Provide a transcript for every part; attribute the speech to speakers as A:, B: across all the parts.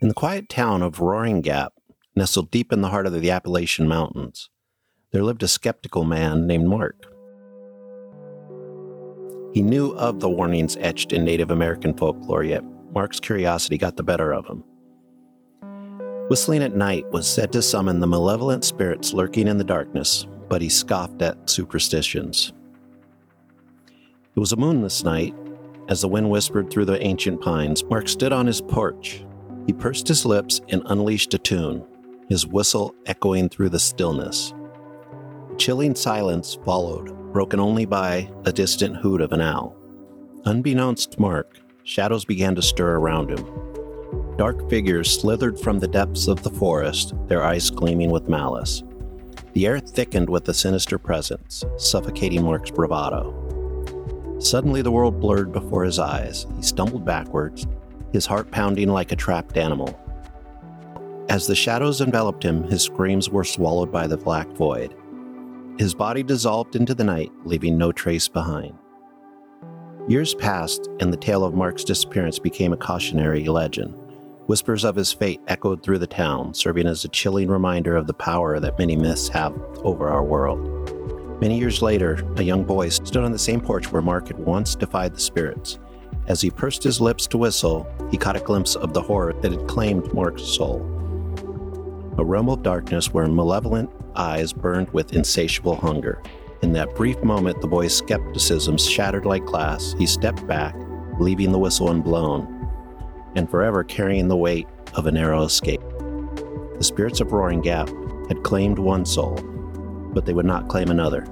A: In the quiet town of Roaring Gap, nestled deep in the heart of the Appalachian Mountains, there lived a skeptical man named Mark. He knew of the warnings etched in Native American folklore, yet Mark's curiosity got the better of him. Whistling at night was said to summon the malevolent spirits lurking in the darkness, but he scoffed at superstitions. It was a moonless night. As the wind whispered through the ancient pines, Mark stood on his porch. He pursed his lips and unleashed a tune, his whistle echoing through the stillness. A chilling silence followed, broken only by a distant hoot of an owl. Unbeknownst to Mark, shadows began to stir around him. Dark figures slithered from the depths of the forest, their eyes gleaming with malice. The air thickened with a sinister presence, suffocating Mark's bravado. Suddenly, the world blurred before his eyes. He stumbled backwards, his heart pounding like a trapped animal. As the shadows enveloped him, his screams were swallowed by the black void. His body dissolved into the night, leaving no trace behind. Years passed, and the tale of Mark's disappearance became a cautionary legend. Whispers of his fate echoed through the town, serving as a chilling reminder of the power that many myths have over our world. Many years later, a young boy stood on the same porch where Mark had once defied the spirits. As he pursed his lips to whistle, he caught a glimpse of the horror that had claimed Mark's soul. A realm of darkness where malevolent eyes burned with insatiable hunger. In that brief moment, the boy's skepticism shattered like glass. He stepped back, leaving the whistle unblown, and forever carrying the weight of a narrow escape. The spirits of Roaring Gap had claimed one soul, but they would not claim another.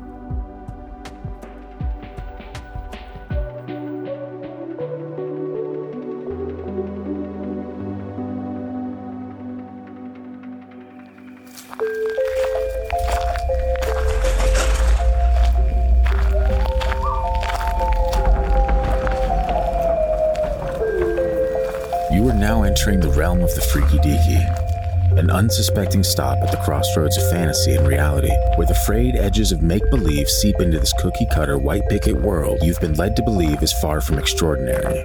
B: You are now entering the realm of the freaky deaky, an unsuspecting stop at the crossroads of fantasy and reality, where the frayed edges of make believe seep into this cookie cutter white picket world you've been led to believe is far from extraordinary.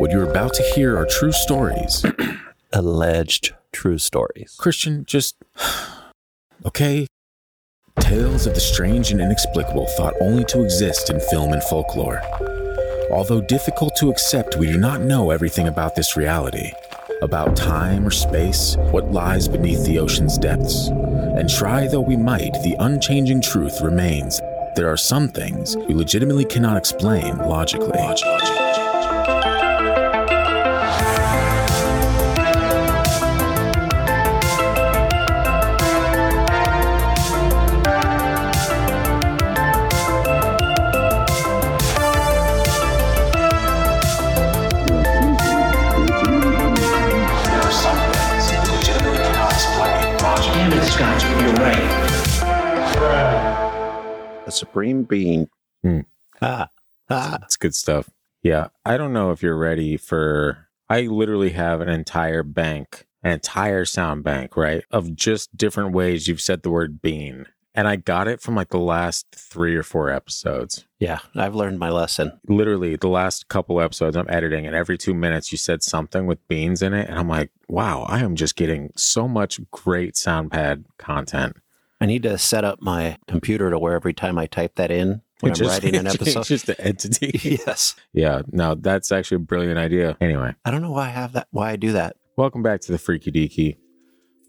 B: What you're about to hear are true stories.
A: Alleged true stories.
B: Christian, just. Okay. Tales of the strange and inexplicable thought only to exist in film and folklore. Although difficult to accept, we do not know everything about this reality, about time or space, what lies beneath the ocean's depths. And try though we might, the unchanging truth remains. There are some things we legitimately cannot explain logically. There are some things we legitimately cannot explain logically.
C: Damn it, Scott, you're right.
A: A supreme being.
D: Hmm.
A: Ah, ah.
D: That's good stuff. Yeah. I don't know if you're ready for. I literally have an entire bank, an entire sound bank, right? Of just different ways you've said the word bean. And I got it from like the last three or four episodes.
A: Yeah, I've learned my lesson.
D: Literally, the last couple episodes I'm editing, and every two minutes you said something with beans in it. And I'm like, wow, I am just getting so much great soundpad content.
A: I need to set up my computer to where every time I type that in when
D: It
A: I'm writing an
D: it
A: episode.
D: changes the entity.
A: yes.
D: yeah. No, that's actually a brilliant idea. Anyway.
A: I don't know why I have that, why I do that.
D: Welcome back to the Freaky Deaky.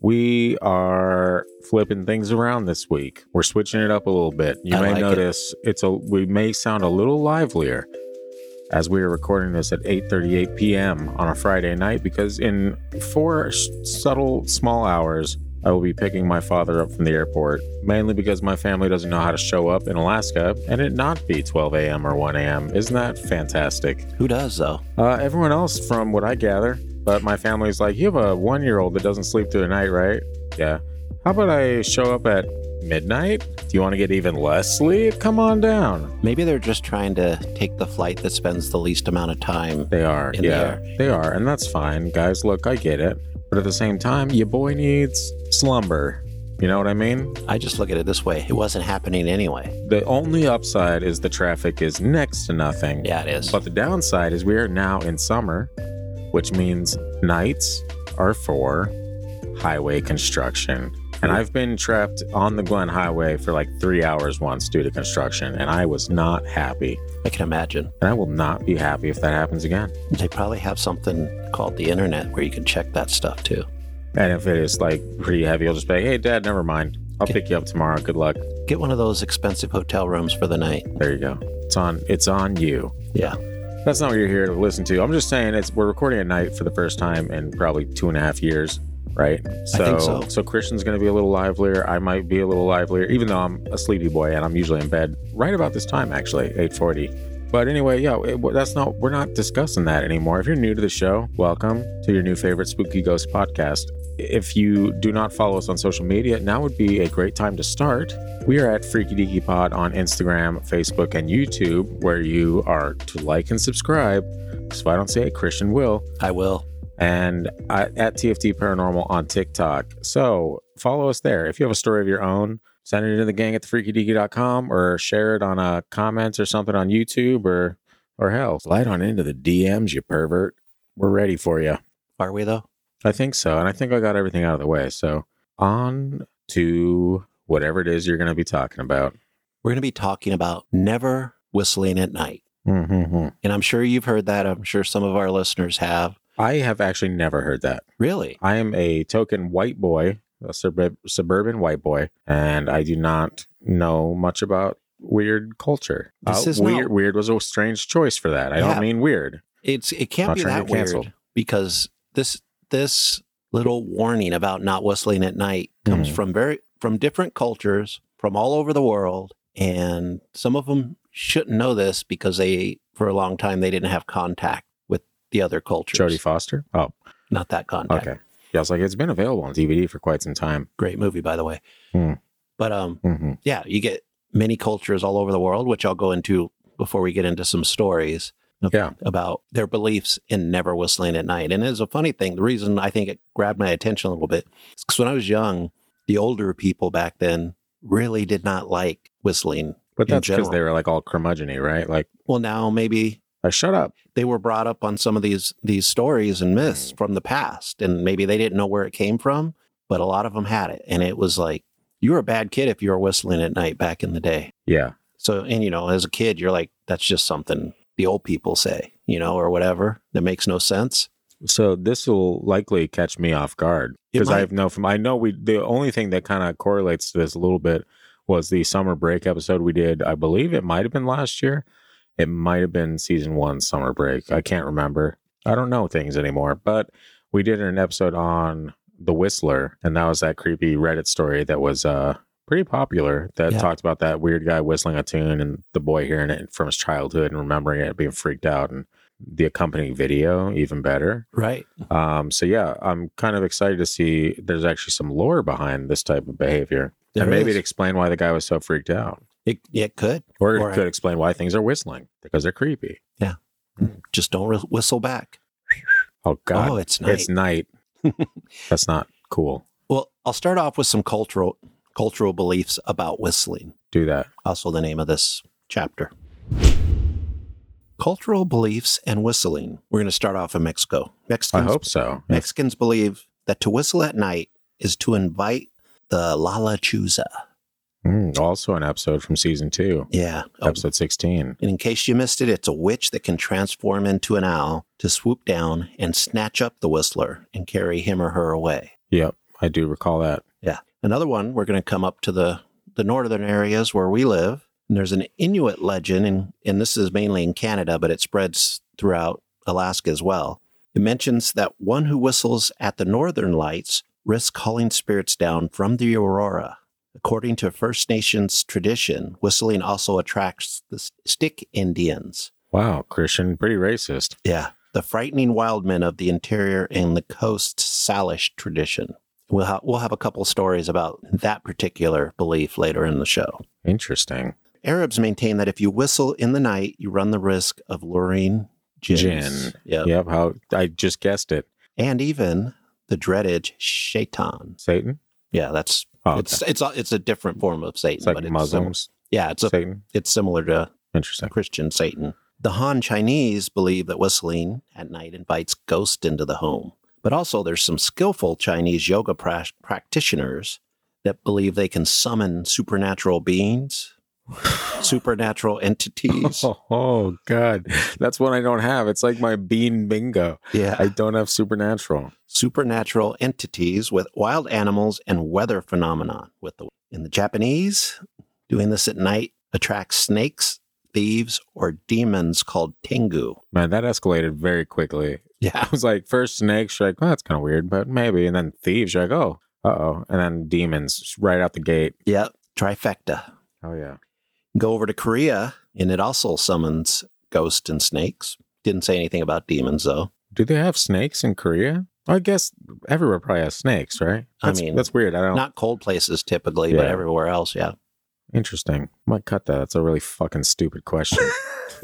D: We are flipping things around this week. We're switching it up a little bit. You
A: I
D: may
A: like it.
D: notice it's a we may sound a little livelier as we are recording this at 8:38 p.m. on a Friday night because in four s- subtle small hours I will be picking my father up from the airport, mainly because my family doesn't know how to show up in Alaska and it not be 12 a.m. or 1 a.m. Isn't that fantastic?
A: Who does though?
D: Uh, everyone else, from what I gather, but my family's like, you have a one year old that doesn't sleep through the night, right? Yeah. How about I show up at midnight? Do you want to get even less sleep? Come on down.
A: Maybe they're just trying to take the flight that spends the least amount of time.
D: They are.
A: In the
D: yeah. They are. And that's fine. Guys, look, I get it. But at the same time, your boy needs slumber. You know what I mean?
A: I just look at it this way. It wasn't happening anyway.
D: The only upside is the traffic is next to nothing.
A: Yeah, it is.
D: But the downside is we are now in summer, which means nights are for highway construction. And I've been trapped on the Glen Highway for like three hours once due to construction, and I was not happy.
A: I can imagine.
D: And I will not be happy if that happens again.
A: They probably have something called the internet where you can check that stuff too.
D: And if it is like pretty heavy, I'll just be like, hey, dad, never mind. I'll pick you up tomorrow. Good luck.
A: Get one of those expensive hotel rooms for the night.
D: There you go. It's on. It's on you.
A: Yeah.
D: That's not what you're here to listen to. I'm just saying it's we're recording at night for the first time in probably two and a half years, right? So,
A: think so.
D: Christian's going to be a little livelier. I might be a little livelier, even though I'm a sleepy boy and I'm usually in bed right about this time, actually, 8:40. But anyway, yeah, it, well, that's not we're not discussing that anymore. If you're new to the show, welcome to your new favorite Spooky Ghost podcast. If you do not follow us on social media, now would be a great time to start. We are at Freaky Deaky Pod on Instagram, Facebook, and YouTube, where you are to like and subscribe. So if I don't say it, Christian will.
A: I will.
D: And I, at TFT Paranormal on TikTok. So follow us there. If you have a story of your own, send it to the gang at thefreakydeaky.com or share it on a comment or something on YouTube or or hell, slide on into the DMs, you pervert. We're ready for you.
A: Are we though?
D: I think so. And I think I got everything out of the way. So on to whatever it is you're going to be talking about.
A: We're going to be talking about never whistling at night.
D: Mm-hmm.
A: And I'm sure you've heard that. I'm sure some of our listeners have.
D: I have actually never heard that.
A: Really?
D: I am a token white boy, a suburb- suburban white boy, and I do not know much about weird culture. Uh,
A: This is
D: weird.
A: not-
D: Weird was a strange choice for that. I
A: Yeah.
D: don't mean weird.
A: It's it can't
D: Not
A: be
D: trying to
A: that
D: get canceled.
A: weird because this this little warning about not whistling at night comes
D: Mhm.
A: from very from different cultures from all over the world and some of them shouldn't know this because they for a long time they didn't have contact with the other cultures.
D: Jodie Foster. Oh,
A: Not that contact.
D: okay. Yeah, I was like, it's been available on DVD for quite some time.
A: Great movie by the way.
D: Hmm.
A: But um
D: hmm
A: yeah, you get many cultures all over the world which I'll go into before we get into some stories.
D: Yeah.
A: about their beliefs in never whistling at night. And it's a funny thing. The reason I think it grabbed my attention a little bit is because when I was young, the older people back then really did not like whistling.
D: But
A: In
D: that's because
A: general.
D: they were like all curmudgeon right? Like,
A: Well, now maybe
D: like, shut up.
A: they were brought up on some of these these stories and myths from the past, and maybe they didn't know where it came from, but a lot of them had it, and it was like you were a bad kid if you were whistling at night back in the day.
D: Yeah.
A: So, and you know, as a kid, you're like, that's just something the old people say, you know, or whatever that makes no sense.
D: So this will likely catch me off guard
A: It
D: because I
A: might.
D: have no from I know we the only thing that kind of correlates to this a little bit was the summer break episode we did. I believe it might have been last year. It might have been season 1 summer break. I can't remember. I don't know things anymore, but we did an episode on The Whistler and that was that creepy Reddit story that was uh pretty popular that
A: Yeah.
D: talked about that weird guy whistling a tune and the boy hearing it from his childhood and remembering it and being freaked out and the accompanying video even better
A: Right.
D: um, so yeah, I'm kind of excited to see there's actually some lore behind this type of behavior.
A: There
D: and maybe
A: is.
D: it explain why the guy was so freaked out.
A: It, it could.
D: Or it
A: Or-
D: could explain why things are whistling because they're creepy.
A: Just don't re- whistle back.
D: Oh god.
A: Oh, it's night.
D: it's night. That's not cool.
A: well, I'll start off with some cultural cultural beliefs about whistling.
D: Do that.
A: Also, the name of this chapter. Cultural beliefs and whistling. We're going to start off in Mexico.
D: I
A: Mexicans,
D: hope so.
A: Mexicans believe that to whistle at night is to invite the Lalachuza.
D: Mm, also an episode from season two,
A: Yeah. Oh,
D: episode sixteen.
A: And in case you missed it, it's a witch that can transform into an owl to swoop down and snatch up the whistler and carry him or her away.
D: Yep. I do recall that.
A: Another one, we're going to come up to the, the northern areas where we live. And there's an Inuit legend, and, and this is mainly in Canada, but it spreads throughout Alaska as well. It mentions that one who whistles at the northern lights risks calling spirits down from the aurora. According to First Nations tradition, whistling also attracts the S- stick Indians.
D: Wow, Christian, pretty racist.
A: Yeah. The frightening wild men of the interior and the coast Salish tradition. We'll, ha- we'll have a couple stories about that particular belief later in the show.
D: Interesting.
A: Arabs maintain that if you whistle in the night, you run the risk of luring jinns.
D: Jinn.
A: Yep.
D: Yep. How I just guessed it.
A: And even the dreaded shaitan.
D: Satan?
A: Yeah, that's
D: Oh, okay.
A: it's it's a, it's a different form of Satan.
D: it's like
A: but It's
D: Muslims.
A: sim- yeah, it's a,
D: Satan.
A: it's similar to
D: Interesting.
A: Christian Satan. The Han Chinese believe that whistling at night invites ghosts into the home, but But also, there's some skillful Chinese yoga pra- practitioners that believe they can summon supernatural beings, supernatural entities.
D: Oh, oh, God. That's what I don't have. It's like my bean bingo. I
A: Yeah,
D: don't have supernatural.
A: supernatural entities with wild animals and weather phenomenon. With the in the Japanese, doing this at night attracts snakes, thieves, or demons called tengu.
D: Man, that escalated very quickly.
A: Yeah,
D: I was like, first snakes, you're like, well, that's kind of weird, but maybe. And then thieves, you're like, oh, uh oh. And then demons just right out the gate.
A: yep, trifecta.
D: Oh, yeah.
A: Go over to Korea, and it also summons ghosts and snakes. Didn't say anything about demons though.
D: Do they have snakes in Korea? I guess everywhere probably has snakes, right?
A: I
D: That's,
A: mean,
D: that's weird. I don't.
A: Not cold places typically, but
D: Yeah.
A: everywhere else, yeah.
D: Interesting. Might cut that. That's a really fucking stupid question.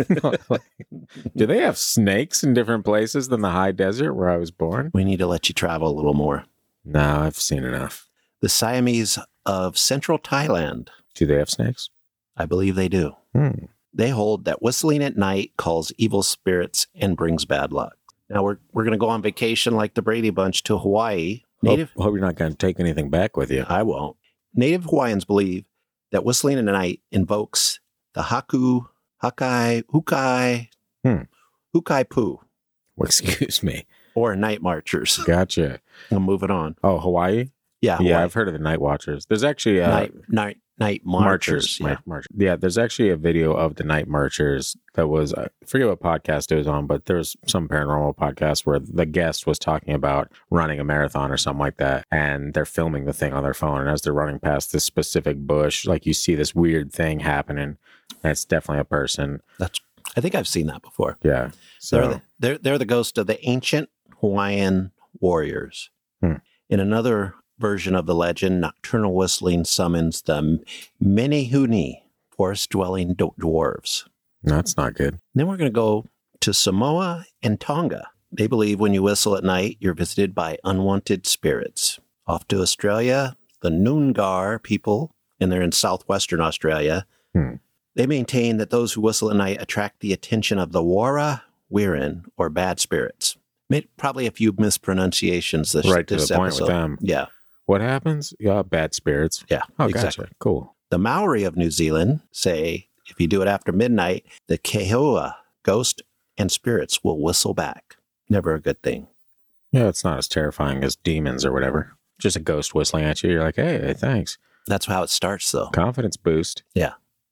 D: Do they have snakes in different places than the high desert where I was born?
A: We need to let you travel a little more.
D: No, I've seen enough.
A: The Siamese of central Thailand,
D: Do they have snakes?
A: I believe they do.
D: Hmm.
A: They hold that whistling at night calls evil spirits and brings bad luck. Now we're we're going to go on vacation like the Brady Bunch to Hawaii. Native
D: Hope, hope you're not going to take anything back with you.
A: I won't. Native Hawaiians believe that whistling at night invokes the Haku, Hakai, Hukai,
D: Hmm.
A: Hukai Pu,
D: Excuse me.
A: or night marchers.
D: Gotcha.
A: I'm moving on.
D: Oh, Hawaii?
A: Yeah.
D: Yeah,
A: Hawaii.
D: I've heard of the Night Watchers. There's actually a
A: night, night, night marchers. Yeah.
D: Night marchers. Yeah, there's actually a video of the night marchers that was I forget what podcast it was on, but there's some paranormal podcast where the guest was talking about running a marathon or something like that, and they're filming the thing on their phone, and as they're running past this specific bush, like you see this weird thing happening. and it's definitely a person.
A: I think I've seen that before. They're,
D: Yeah. So
A: the, they're, they're the ghost of the ancient Hawaiian warriors.
D: Hmm.
A: In another version of the legend, nocturnal whistling summons the Minihuni, forest dwelling dwarves.
D: that's not good.
A: Then we're going to go to Samoa and Tonga. They believe when you whistle at night, you're visited by unwanted spirits. Off to Australia, the Noongar people, and they're in southwestern Australia.
D: Hmm.
A: They maintain that those who whistle at night attract the attention of the Wara Wirin, or bad spirits. Ma- Probably a few mispronunciations this,
D: Right to
A: this
D: the point with
A: episode.
D: them.
A: Yeah,
D: What happens? Yeah, bad spirits.
A: yeah,
D: Oh,
A: exactly.
D: gotcha. Cool.
A: The Maori of New Zealand say if you do it after midnight, the Kehoa ghost and spirits will whistle back. Never a good thing.
D: Yeah, it's not as terrifying as demons or whatever. Just a ghost whistling at you. You're like, hey, thanks.
A: That's how it starts, though.
D: Confidence boost.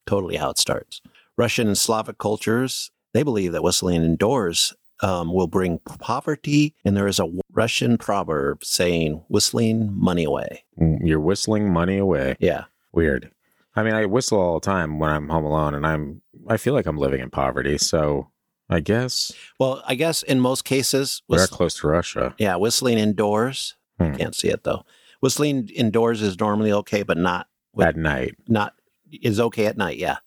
A: Totally how it starts. Russian and Slavic cultures, they believe that whistling indoors um, will bring poverty. And there is a Russian proverb saying, whistling money away.
D: Mm, You're whistling money away.
A: Yeah.
D: Weird. I mean, I whistle all the time when I'm home alone, and I'm I feel like I'm living in poverty. So I guess
A: Well, I guess in most cases,
D: we're
A: whist-
D: close to Russia.
A: yeah, whistling indoors.
D: Hmm.
A: Can't see it, though. Whistling indoors is normally okay, but not Wait.
D: At night,
A: not is okay at night, yeah.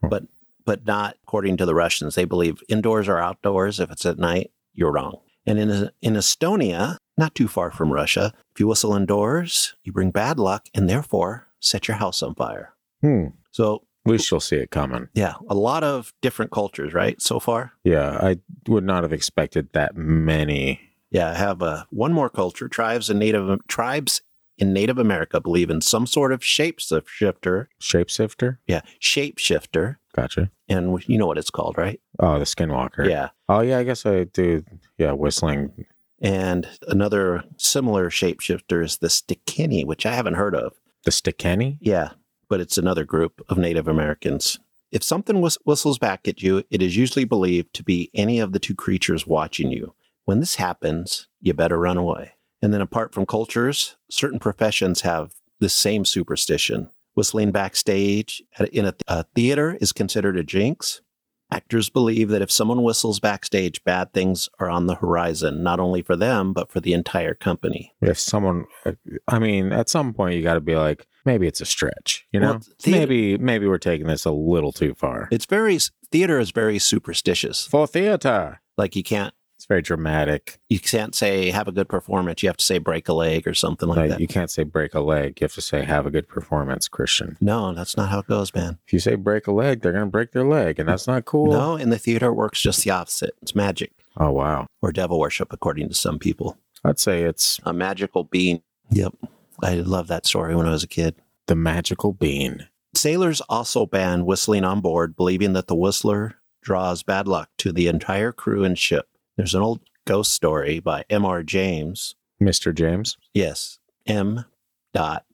D: Hmm.
A: But but not according to the Russians. They believe indoors or outdoors, if it's at night, you're wrong. And in in Estonia, not too far from Russia, if you whistle indoors, you bring bad luck and therefore set your house on fire.
D: hmm.
A: So
D: we shall see it coming.
A: yeah, a lot of different cultures, right? So far.
D: Yeah, I would not have expected that many.
A: Yeah, I have uh, one more culture. Tribes and Native tribes in Native America believe in some sort of shapeshifter.
D: Shapeshifter,
A: Yeah, shapeshifter.
D: gotcha.
A: And you know what it's called, right?
D: Oh, the Skinwalker.
A: Yeah.
D: Oh yeah, I guess I do. Yeah, whistling.
A: And another similar shapeshifter is the Stikini, which I haven't heard of.
D: The Stikeni.
A: Yeah, but it's another group of Native Americans. If something whis- whistles back at you, it is usually believed to be any of the two creatures watching you. When this happens, you better run away. And then, apart from cultures, certain professions have the same superstition. Whistling backstage at, in a, th- a theater is considered a jinx. Actors believe that if someone whistles backstage, bad things are on the horizon, not only for them, but for the entire company.
D: If someone, uh, I mean, at some point you got to be like, maybe it's a stretch. You know,
A: Well, theater-
D: maybe maybe we're taking this a little too far.
A: It's very, theater is very superstitious.
D: for theater.
A: Like, you can't
D: It's very dramatic.
A: you can't say have a good performance. You have to say break a leg or something like
D: Like,
A: that.
D: you can't say break a leg. You have to say have a good performance, Christian.
A: no, that's not how it goes, man.
D: If you say break a leg, they're gonna break their leg, and that's not cool.
A: No, in the theater it works just the opposite. It's magic
D: Oh wow.
A: or devil worship, according to some people.
D: I'd say it's
A: A magical bean. Yep. I love that story when I was a kid.
D: the magical bean.
A: Sailors also ban whistling on board, believing that the whistler draws bad luck to the entire crew and ship. There's an old ghost story by M.R. James.
D: Mr. James.
A: Yes, M. Dot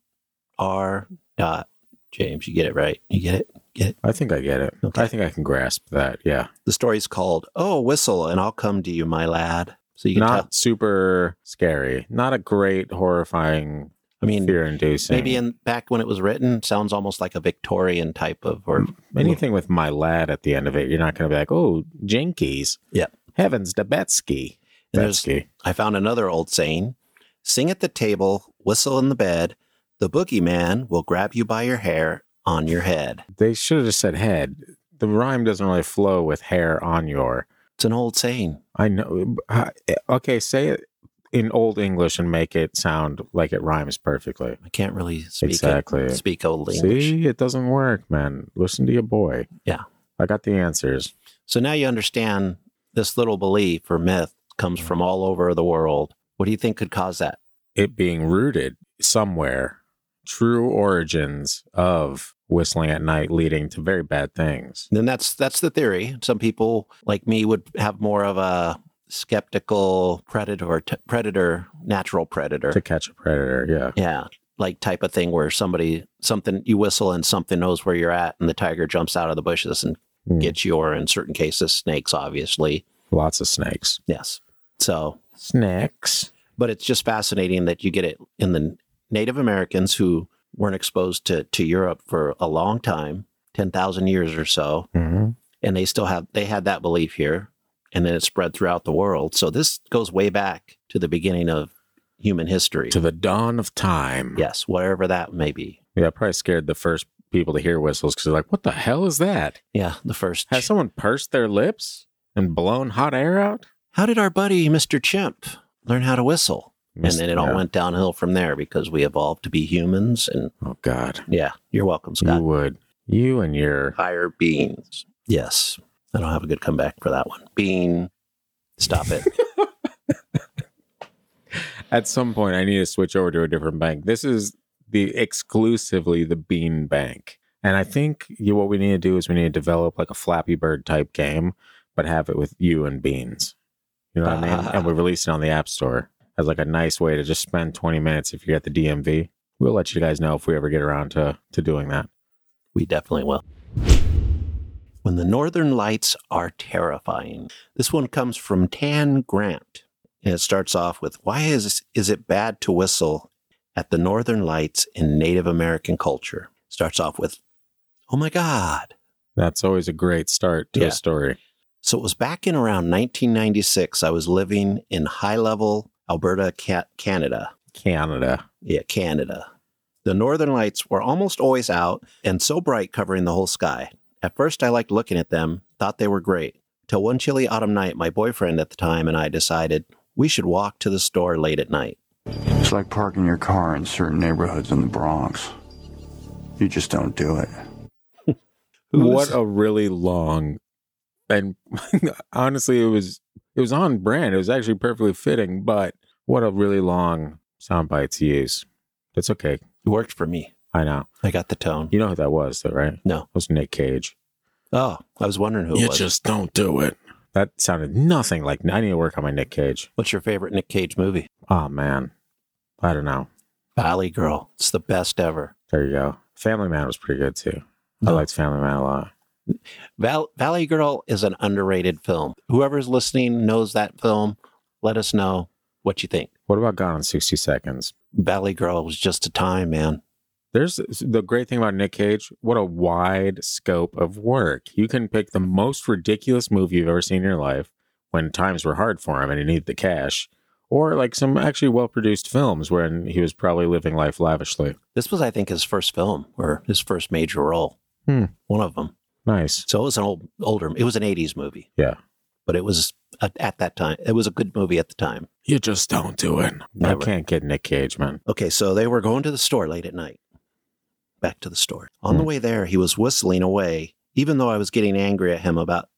A: R. Dot James. You get it right. You get it.
D: I think I get it.
A: Okay.
D: I think I can grasp that. Yeah.
A: The story's called "Oh, whistle and I'll come to you, my lad." So you can
D: Not
A: tell.
D: super scary. Not a great horrifying
A: I mean,
D: fear inducing.
A: maybe in back when it was written, sounds almost like a Victorian type of or
D: anything with my lad at the end of it, you're not gonna be like, oh, jinkies.
A: Yeah.
D: Heavens to Betsky.
A: And there's-
D: Betsky.
A: I found another old saying sing at the table, whistle in the bed, the boogeyman will grab you by your hair on your head.
D: They should have just said head. The rhyme doesn't really flow with hair on your.
A: It's an old saying.
D: I know. I- Okay, say it in old English and make it sound like it rhymes perfectly.
A: I can't really speak it-
D: Exactly.
A: speak old English.
D: See, it doesn't work, man. Listen to your boy.
A: Yeah.
D: I got the answers.
A: So now you understand this little belief or myth comes
D: Mm.
A: from all over the world. What do you think could cause that?
D: It being rooted somewhere, true origins of whistling at night leading to very bad things.
A: Then that's that's the theory. Some people like me would have more of a skeptical predator t- predator natural predator
D: To catch a predator, yeah.
A: Yeah. Like type of thing where somebody something you whistle and something knows where you're at and the tiger jumps out of the bushes and
D: Mm.
A: gets you or in certain cases snakes obviously.
D: Lots of snakes.
A: Yes. So,
D: Snakes.
A: but it's just fascinating that you get it in the Native Americans who weren't exposed to to Europe for a long time, 10,000 years or so,
D: hmm
A: and they still have they had that belief here and then it spread throughout the world. So this goes way back to the beginning of human history.
D: To the dawn of time.
A: yes, whatever that may be.
D: Yeah, it probably scared the first people to hear whistles because they're like, what the hell is that?
A: Yeah, the first
D: Has someone pursed their lips and blown hot air out?
A: how did our buddy Mr. Chimp learn how to whistle? And then it all
D: Yeah.
A: went downhill from there because we evolved to be humans. And
D: Oh, God.
A: yeah, you're welcome,
D: You
A: Scott.
D: would. You and your.
A: Higher beings. Yes. I don't have a good comeback for that one. Bean. Stop it.
D: At some point, I need to switch over to a different bank. This is the exclusively the Bean Bank. And I think you, what we need to do is we need to develop like a Flappy Bird type game, but have it with you and beans. You know what I mean? And we release it on the App Store as like a nice way to just spend 20 minutes if you're at the DMV. We'll let you guys know if we ever get around to to doing that.
A: we definitely will. When the northern lights are terrifying. This one comes from Tan Grant. And it starts off with Why is, is it bad to whistle at the northern lights in Native American culture? Starts off with, Oh my God.
D: That's always a great start to
A: Yeah.
D: a story.
A: So it was back in around 1996. I was living in high level Alberta, Ca- Canada.
D: Canada.
A: Yeah, Canada. The northern lights were almost always out and so bright covering the whole sky. At first, I liked looking at them, thought they were great. Till one chilly autumn night, my boyfriend at the time and I decided we should walk to the store late at night.
E: It's like parking your car in certain neighborhoods in the Bronx. You just don't do it.
A: Who
D: what
A: is-
D: a really long and honestly it was it was on brand. It was actually perfectly fitting, but what a really long soundbite to use. It's okay.
A: It worked for me.
D: I know.
A: I got the tone.
D: You know who that was though, right?
A: No.
D: It was Nick Cage.
A: Oh, I was wondering who it was.
D: just don't do it. That sounded nothing like I need to work on my Nick Cage.
A: What's your favorite Nick Cage movie?
D: Oh man. I don't know.
A: Valley Girl. It's the best ever.
D: There you go. Family Man was pretty good too.
A: No.
D: I liked Family Man a lot.
A: Val- Valley Girl is an underrated film. Whoever's listening knows that film. Let us know what you think.
D: What about Gone in 60 Seconds?
A: Valley Girl was just a time, man.
D: There's the great thing about Nick Cage, what a wide scope of work. You can pick the most ridiculous movie you've ever seen in your life when times were hard for him and he needed the cash, or like some actually well produced films when he was probably living life lavishly.
A: This was, I think, his first film or his first major role.
D: Hmm.
A: One of them.
D: Nice.
A: So it was an old, older. It was an '80s movie.
D: Yeah.
A: but it was at, at that time. It was a good movie at the time.
D: You just don't do it. I
A: Never.
D: can't get Nick Cage, man.
A: Okay, so they were going to the store late at night. Back to the store. On the
D: Hmm.
A: way there, he was whistling away, even though I was getting angry at him about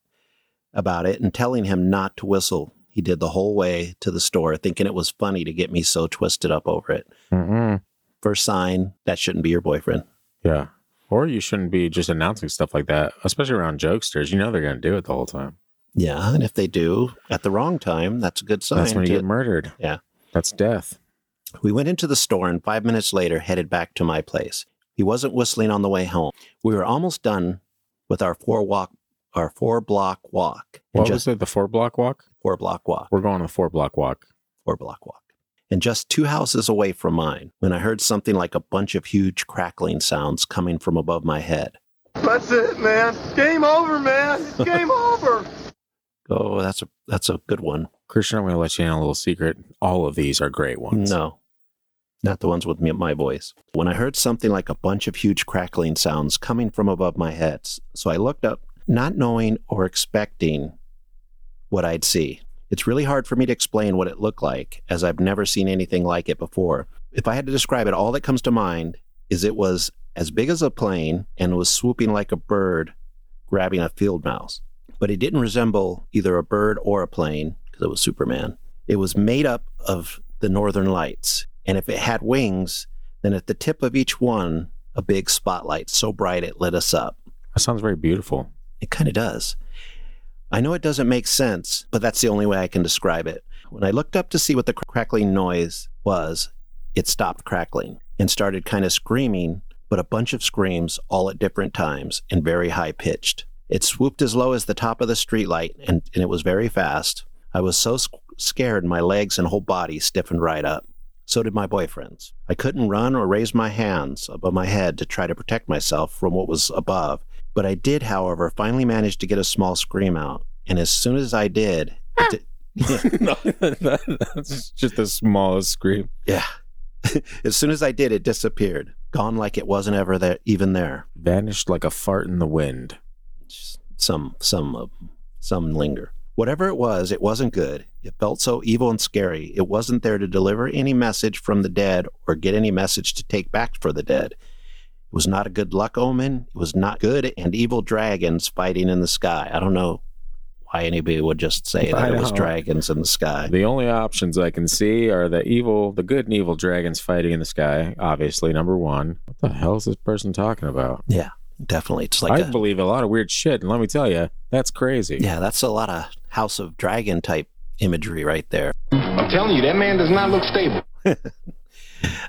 A: about it and telling him not to whistle. he did the whole way to the store, thinking it was funny to get me so twisted up over it. Mm-hmm.
D: Mm-mm.
A: First sign, that shouldn't be your boyfriend.
D: Yeah. Or you shouldn't be just announcing stuff like that, especially around jokesters. You know they're going to do it the whole time.
A: Yeah, and if they do at the wrong time, that's a good sign.
D: That's when you
A: to-
D: get murdered.
A: Yeah.
D: That's death.
A: We went into the store and five minutes later headed back to my place. He wasn't whistling on the way home. We were almost done with our four walk our four block walk. And
D: What
A: just
D: was it? The four block walk?
A: four block walk.
D: We're going on the four block walk.
A: Four block walk. And just two houses away from mine, when I heard something like a bunch of huge crackling sounds coming from above my head.
F: That's it, man. Game over, man. It's game over.
A: Oh, that's a that's a good one.
D: Christian, I'm going to let you in on a little secret. All of these are great ones.
A: No, not the ones with me, my voice. When I heard something like a bunch of huge crackling sounds coming from above my head, s- so I looked up, not knowing or expecting what I'd see. It's really hard for me to explain what it looked like, as I've never seen anything like it before. If I had to describe it, all that comes to mind is it was as big as a plane and was swooping like a bird grabbing a field mouse. But it didn't resemble either a bird or a plane because it was Superman. It was made up of the northern lights. And if it had wings, then at the tip of each one, a big spotlight so bright it lit us up.
D: That sounds very beautiful.
A: It kind of does. I know it doesn't make sense, but that's the only way I can describe it. When I looked up to see what the crackling noise was, it stopped crackling and started kind of screaming, but a bunch of screams all at different times and very high pitched. It swooped as low as the top of the streetlight and, and it was very fast. I was so sc- scared, my legs and whole body stiffened right up. So did my boyfriend's. I couldn't run or raise my hands above my head to try to protect myself from what was above, but I did, however, finally manage to get a small scream out. And as soon as I did, it di-
D: no, that's just the smallest scream.
A: yeah, as soon as I did, it disappeared, gone like it wasn't ever there, even there.
D: Vanished like a fart in the wind.
A: Some, some, of 'em, some linger. Whatever it was, it wasn't good. It felt so evil and scary. It wasn't there to deliver any message from the dead or get any message to take back for the dead. It was not a good luck omen. It was not good and evil dragons fighting in the sky. I don't know why anybody would just say
D: I
A: that it was
D: know.
A: dragons in the sky.
D: The only options I can see are the evil, the good and evil dragons fighting in the sky. Obviously, number one. What the hell is this person talking about?
A: Yeah, definitely. It's like
D: I
A: a-
D: believe a lot of weird shit, and let me tell you, that's crazy.
A: yeah, that's a lot of House of Dragon type imagery right there.
C: I'm telling you, that man does not look stable.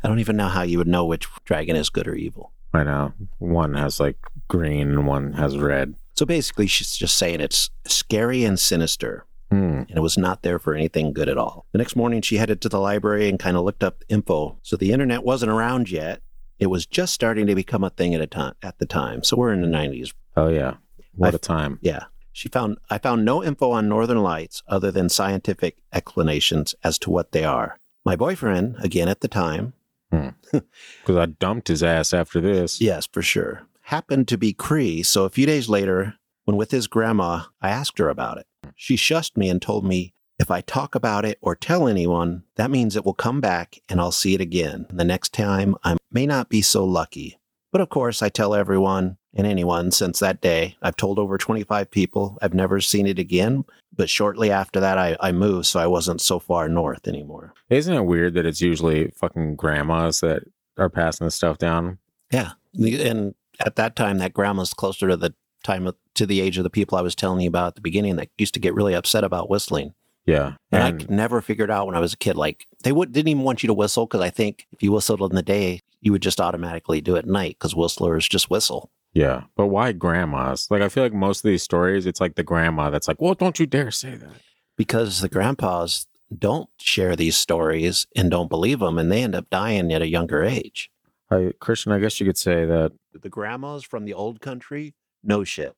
A: I don't even know how you would know which dragon is good or evil.
D: I know. One has like green, and one has red.
A: So basically, she's just saying it's scary and sinister,
D: Hmm.
A: and it was not there for anything good at all. The next morning, she headed to the library and kind of looked up info. So the internet wasn't around yet; it was just starting to become a thing at a time. At the time, so we're in the '90s.
D: Oh yeah. What
A: I-
D: a time.
A: Yeah, she found I found no info on Northern Lights other than scientific explanations as to what they are. My boyfriend, again at the time,
D: Because I dumped his ass after this.
A: Yes, for sure. Happened to be Cree. So a few days later, when with his grandma, I asked her about it. She shushed me and told me if I talk about it or tell anyone, that means it will come back and I'll see it again. The next time I may not be so lucky. But of course, I tell everyone and anyone since that day. I've told over 25 people. I've never seen it again. But shortly after that, I, I moved, so I wasn't so far north anymore.
D: Isn't it weird that it's usually fucking grandmas that are passing this stuff down?
A: Yeah, The- and at that time, that grandma's closer to the time of, to the age of the people I was telling you about at the beginning that used to get really upset about whistling.
D: Yeah.
A: And, I
D: And-
A: could never figured out when I was a kid. Like they would didn't even want you to whistle because I think if you whistled in the day, you would just automatically do it at night because whistlers just whistle.
D: Yeah, but why grandmas? Like, I feel like most of these stories, it's like the grandma that's like, "Well, don't you dare say that."
A: Because the grandpas don't share these stories and don't believe them, and they end up dying at a younger age.
D: I, Christian, I guess you could say that.
A: The grandmas from the old country, no shit.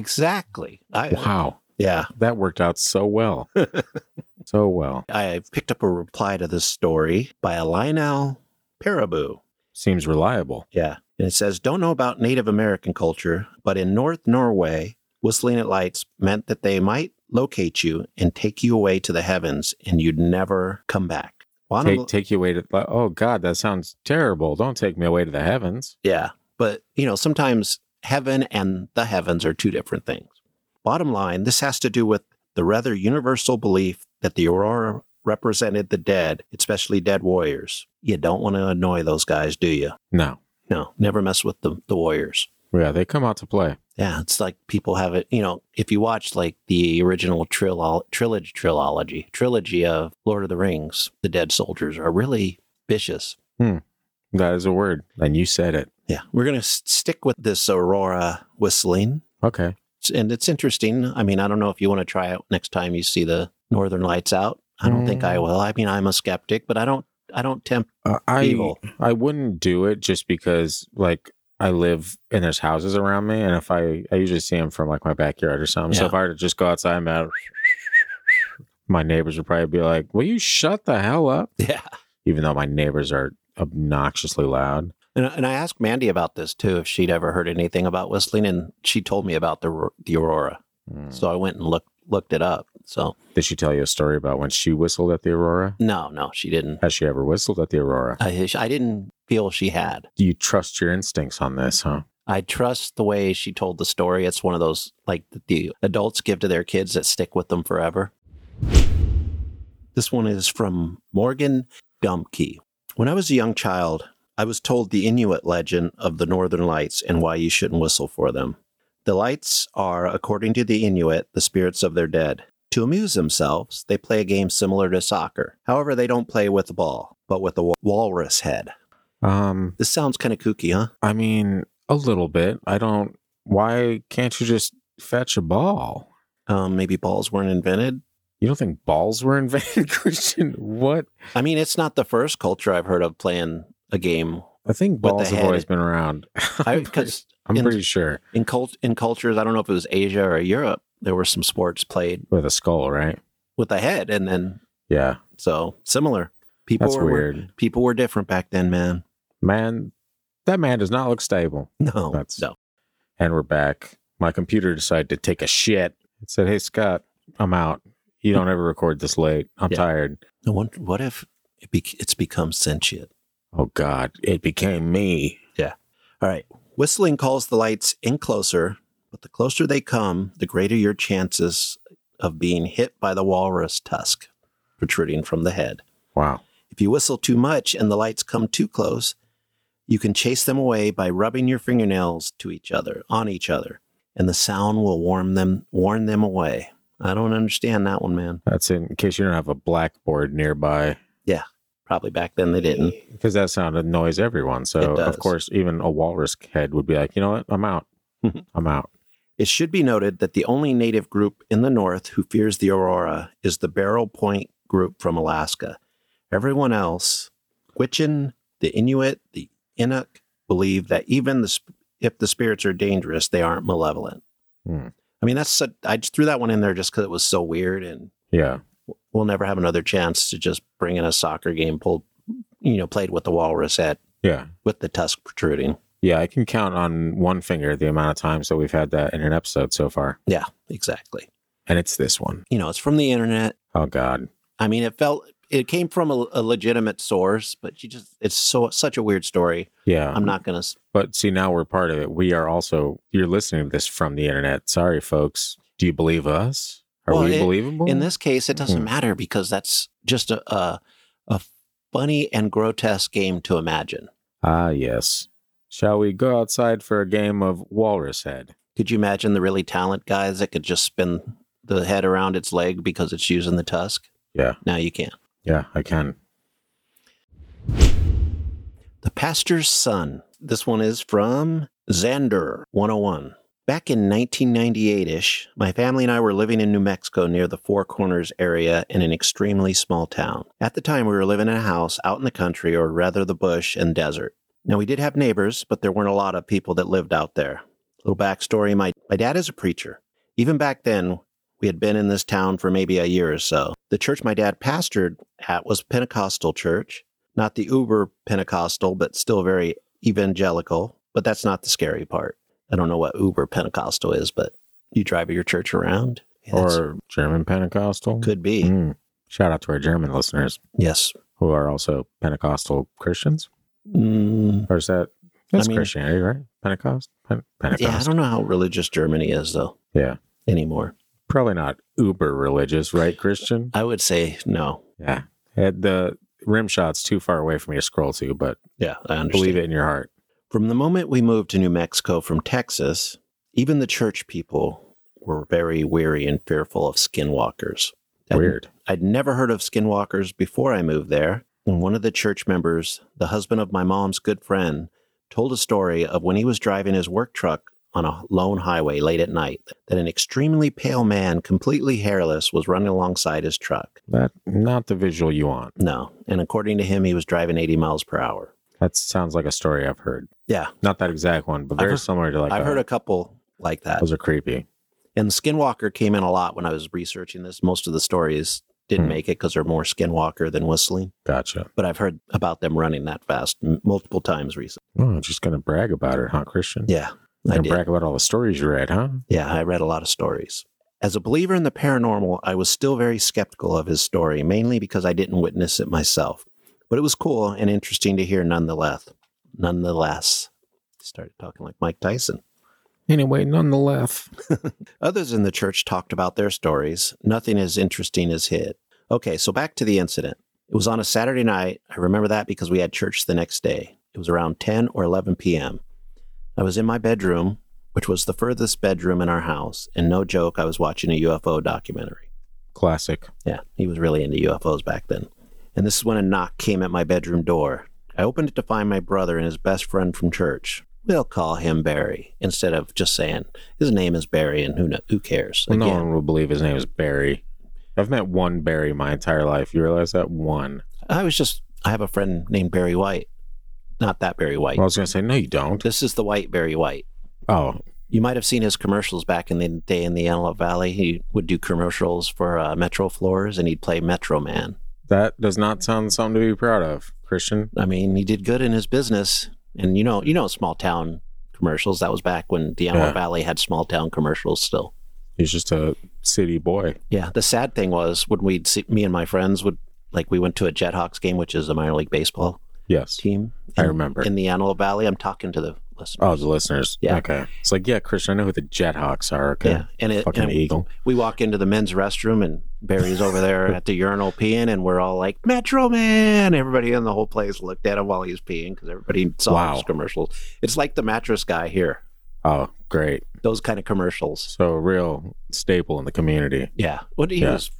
A: Exactly. I,
D: Wow,
A: Yeah.
D: that worked out so well, so well.
A: I picked up a reply to this story by a Lionel Paraboo.
D: Seems reliable.
A: Yeah. And it says, Don't know about Native American culture, but in North Norway, whistling at lights meant that they might locate you and take you away to the heavens and you'd never come back. Well, I don't
D: Take
A: bel-
D: take you away to. Oh God, that sounds terrible. Don't take me away to the heavens.
A: Yeah. But, you know, sometimes heaven and the heavens are two different things. Bottom line, this has to do with the rather universal belief that the Aurora represented the dead, especially dead warriors. You don't want to annoy those guys, do you?
D: No.
A: No, never mess with the, the warriors.
D: Yeah, they come out to play.
A: Yeah, it's like people have it. You know, if you watch like the original trilo- trilogy, trilogy, trilogy of Lord of the Rings, the dead soldiers are really vicious.
D: That is a word. And you said it.
A: Yeah, we're gonna s- stick with this aurora whistling,
D: Okay.
A: It's- and it's interesting. I mean, I don't know if you want to try it next time you see the northern lights out. I don't think I will. I mean, I'm a skeptic, but I don't. I don't tempt
D: Uh, I
A: evil.
D: I wouldn't do it just because like I live and there's houses around me, and if I I usually see them from like my backyard or something. So
A: Yeah.
D: if I were to just go outside and out, my neighbors would probably be like, "Will you shut the hell up?"
A: Yeah.
D: Even though my neighbors are obnoxiously loud.
A: And, and I asked Mandy about this too, if she'd ever heard anything about whistling, and she told me about the ro- the aurora.
D: Mm.
A: So I went and looked looked it up. So
D: Did she tell you a story about when she whistled at the aurora?
A: no, no, she didn't.
D: Has she ever whistled at the aurora?
A: I I didn't feel she had.
D: Do you trust your instincts on this, huh?
A: I trust the way she told the story. It's one of those like that the adults give to their kids that stick with them forever. This one is from Morgan Dumke. When I was a young child, I was told the Inuit legend of the Northern Lights and why you shouldn't whistle for them. The lights are, according to the Inuit, the spirits of their dead. To amuse themselves, they play a game similar to soccer. However, they don't play with a ball, but with a wa- walrus head.
D: Um,
A: This sounds kind of kooky, huh?
D: I mean, a little bit. I don't. Why can't you just fetch a ball?
A: Um, maybe balls weren't invented.
D: You don't think balls were invented, Christian? What?
A: I mean, it's not the first culture I've heard of playing a game.
D: I think
A: With the
D: balls have
A: head.
D: always been around. I'm, pretty,
A: Because
D: I'm
A: in-
D: pretty sure
A: in cult in cultures, I don't know if it was Asia or Europe, there were some sports played
D: with a skull, right?
A: with a head, and then
D: Yeah,
A: so similar. People
D: that's
A: were were-
D: weird,
A: people were different back then, man.
D: man. That man does not look stable.
A: No,
D: That's-
A: no.
D: And we're back. My computer decided to take a shit. It said, "Hey Scott, I'm out. You don't ever record this late. I'm
A: Yeah.
D: tired."
A: I wonder, what if it be, it's become sentient?
D: Oh God, it became me.
A: All right, whistling calls the lights in closer, but the closer they come, the greater your chances of being hit by the walrus tusk protruding from the head.
D: Wow.
A: If you whistle too much and the lights come too close, you can chase them away by rubbing your fingernails to each other, on each other, and the sound will warm them warn them away. I don't understand that one, man.
D: That's in case you don't have a blackboard nearby,
A: Probably back then they didn't.
D: because that sound annoys everyone. So
A: It does.
D: of course, even a walrus head would be like, you know what? I'm out. I'm out.
A: It should be noted that the only native group in the north who fears the aurora is the Barrel Point group from Alaska. Everyone else, Gwich'in, the Inuit, the Inuk, believe that even the, sp- if the spirits are dangerous, they aren't malevolent.
D: Hmm.
A: I mean, that's su- I just threw that one in there just because it was so weird, and
D: Yeah.
A: we'll never have another chance to just bring in a soccer game pulled, you know, played with the walrus at
D: Yeah.
A: with the tusk protruding.
D: Yeah. I can count on one finger the amount of times that we've had that in an episode so far.
A: Yeah, exactly.
D: And it's this one.
A: You know, it's from the internet.
D: Oh, God.
A: I mean, it felt it came from a, a legitimate source, but you just it's so such a weird story.
D: Yeah.
A: I'm not gonna. s-
D: but see, now we're part of it. We are also, you're listening to this from the internet. Sorry, folks. Do you believe us? Are
A: Well,
D: we
A: it-
D: believable?
A: In this case, it doesn't
D: Hmm.
A: matter because that's just a, a a funny and grotesque game to imagine.
D: Ah, yes. Shall we go outside for a game of walrus head?
A: Could you imagine the really talented guys that could just spin the head around its leg because it's using the tusk?
D: Yeah.
A: Now you can.
D: Yeah, I can.
A: The Pastor's Son. This one is from Xander 101. Back in 1998 ish, my family and I were living in New Mexico near the Four Corners area in an extremely small town. At the time, we were living in a house out in the country, or rather the bush and desert. Now, we did have neighbors, but there weren't a lot of people that lived out there. Little backstory my, my dad is a preacher. Even back then, we had been in this town for maybe a year or so. The church my dad pastored at was Pentecostal church not the uber Pentecostal, but still very evangelical. But that's not the scary part. I don't know what uber Pentecostal is, but you drive your church around. Yeah, that's- Mm-hmm.
D: Or German Pentecostal?
A: could be.
D: Mm. Shout out to our German listeners
A: Yes.
D: who are also Pentecostal Christians.
A: Mm,
D: Or is that that's
A: mean-
D: Christianity, right? Pentecost? Pen- Pentecost.
A: yeah, I don't know how religious Germany is, though,
D: Yeah.
A: anymore.
D: probably not uber religious, right, Christian?
A: I would say no.
D: Yeah. Had the rim shot's too far away for me to scroll to, but
A: Yeah, I understand.
D: believe it in your heart.
A: From the moment we moved to New Mexico from Texas, even the church people were very weary and fearful of skinwalkers. I'd-
D: Weird.
A: I'd never heard of skinwalkers before I moved there. And one of the church members, the husband of my mom's good friend, told a story of when he was driving his work truck on a lone highway late at night that an extremely pale man, completely hairless, was running alongside his truck.
D: That not the visual you want.
A: No. And according to him, he was driving 80 miles per hour.
D: That sounds like a story I've heard.
A: Yeah.
D: Not that exact one, but
A: I've
D: very
A: heard-
D: similar to like
A: I've
D: a-
A: heard a couple like that.
D: those are creepy.
A: And Skinwalker came in a lot when I was researching this. Most of the stories didn't
D: Hmm.
A: make it because they're more Skinwalker than whistling.
D: Gotcha.
A: But I've heard about them running that fast m- multiple times recently.
D: Oh, I'm just gonna brag about it, huh, Christian?
A: Yeah, I
D: Gonna
A: did.
D: brag about all the stories you read, huh?
A: Yeah, I read a lot of stories. As a believer in the paranormal, I was still very skeptical of his story, mainly because I didn't witness it myself. But it was cool and interesting to hear nonetheless. Nonetheless, started talking like Mike Tyson.
D: Anyway, nonetheless.
A: Others in the church talked about their stories. Nothing as interesting as his. Okay, so back to the incident. It was on a Saturday night. I remember that because we had church the next day. It was around 10 or 11 p.m. I was in my bedroom, which was the furthest bedroom in our house, and no joke, I was watching a UFO documentary.
D: Classic.
A: Yeah, he was really into UFOs back then. And this is when a knock came at my bedroom door. I opened it to find my brother and his best friend from church. We'll call him Barry instead of just saying his name is Barry and who kno- who cares.
D: No one will believe his name is Barry. I've met one Barry my entire life. You realize that? One.
A: I was just I have a friend named Barry White. Not that Barry White.
D: I was gonna say, no, you don't.
A: this is the white Barry White.
D: Oh,
A: You might have seen his commercials back in the day in the Antelope Valley. He would do commercials for uh, Metro Floors and he'd play Metro Man.
D: that does not sound something to be proud of, Christian.
A: I mean, he did good in his business, and you know, you know, small town commercials. That was back when the Antelope
D: Yeah.
A: Valley had small town commercials still.
D: He's just a city boy.
A: Yeah. The sad thing was when we'd see me and my friends would like we went to a Jethawks game, which is a minor league baseball
D: Yes.
A: team.
D: I
A: in-
D: remember.
A: in the Antelope Valley. I'm talking to the listeners.
D: Oh, the listeners.
A: Yeah.
D: Okay. It's like, yeah, Christian, I know who the Jethawks are. Okay.
A: Yeah, and it
D: Fucking
A: and
D: eagle.
A: We walk into the men's restroom and Barry's over there at the urinal peeing, and we're all like Metro Man. Everybody in the whole place looked at him while he was peeing because everybody saw
D: Wow.
A: his commercials. It's like the mattress guy here.
D: Oh, great.
A: Those kind of commercials.
D: So, a real staple in the community.
A: Yeah. What he
D: Yeah.
A: was,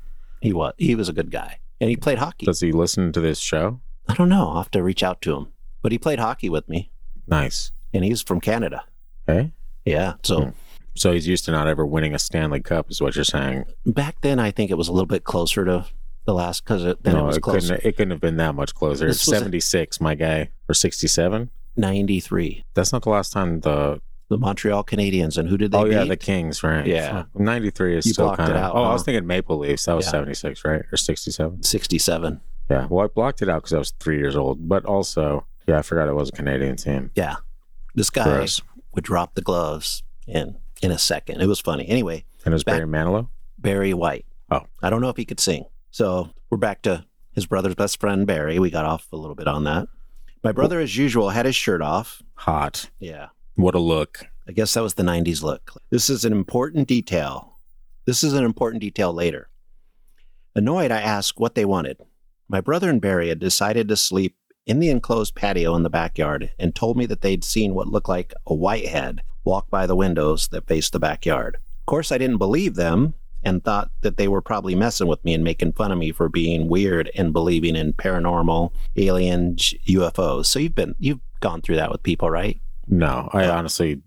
A: he was he was a good guy, and he played hockey.
D: Does he listen to this show?
A: I don't know. I'll have to reach out to him. But he played hockey with me,
D: Nice.
A: and he's from Canada.
D: Okay.
A: Yeah. So
D: Hmm. So, he's used to not ever winning a Stanley Cup, is what you're saying.
A: back then, I think it was a little bit closer to the last because then it was closer.
D: couldn't, it couldn't have been that much closer.
A: This was a-
D: 76, my guy, or 67.
A: Ninety three.
D: That's not the last time the.
A: The Montreal Canadiens, and who did they
D: oh, yeah,
A: beat?
D: the Kings, right?
A: Yeah.
D: Fuck. 93 is
A: You
D: still
A: blocked it
D: kind of.
A: out,
D: oh,
A: huh?
D: I was thinking Maple Leafs. That was
A: Yeah.
D: 76, right? Or 67.
A: 67.
D: Yeah. Well, I blocked it out because I was three years old, but also, yeah, I forgot it was a Canadian team.
A: Yeah. This guy
D: Gross.
A: would drop the gloves in in a second. It was funny. Anyway,
D: And it was
A: Back-
D: Barry Manilow?
A: Barry White.
D: Oh.
A: I don't know if he could sing. So we're back to his brother's best friend, Barry. We got off a little bit on that. My brother, as usual, had his shirt off.
D: Hot.
A: Yeah.
D: What a look.
A: I guess that was the 90s look. This is an important detail. This is an important detail later. Annoyed, I asked what they wanted. My brother and Barry had decided to sleep in the enclosed patio in the backyard and told me that they'd seen what looked like a white head walk by the windows that faced the backyard. Of course, I didn't believe them and thought that they were probably messing with me and making fun of me for being weird and believing in paranormal, alien, UFOs. So you've been you've gone through that with people, right?
D: No, I honestly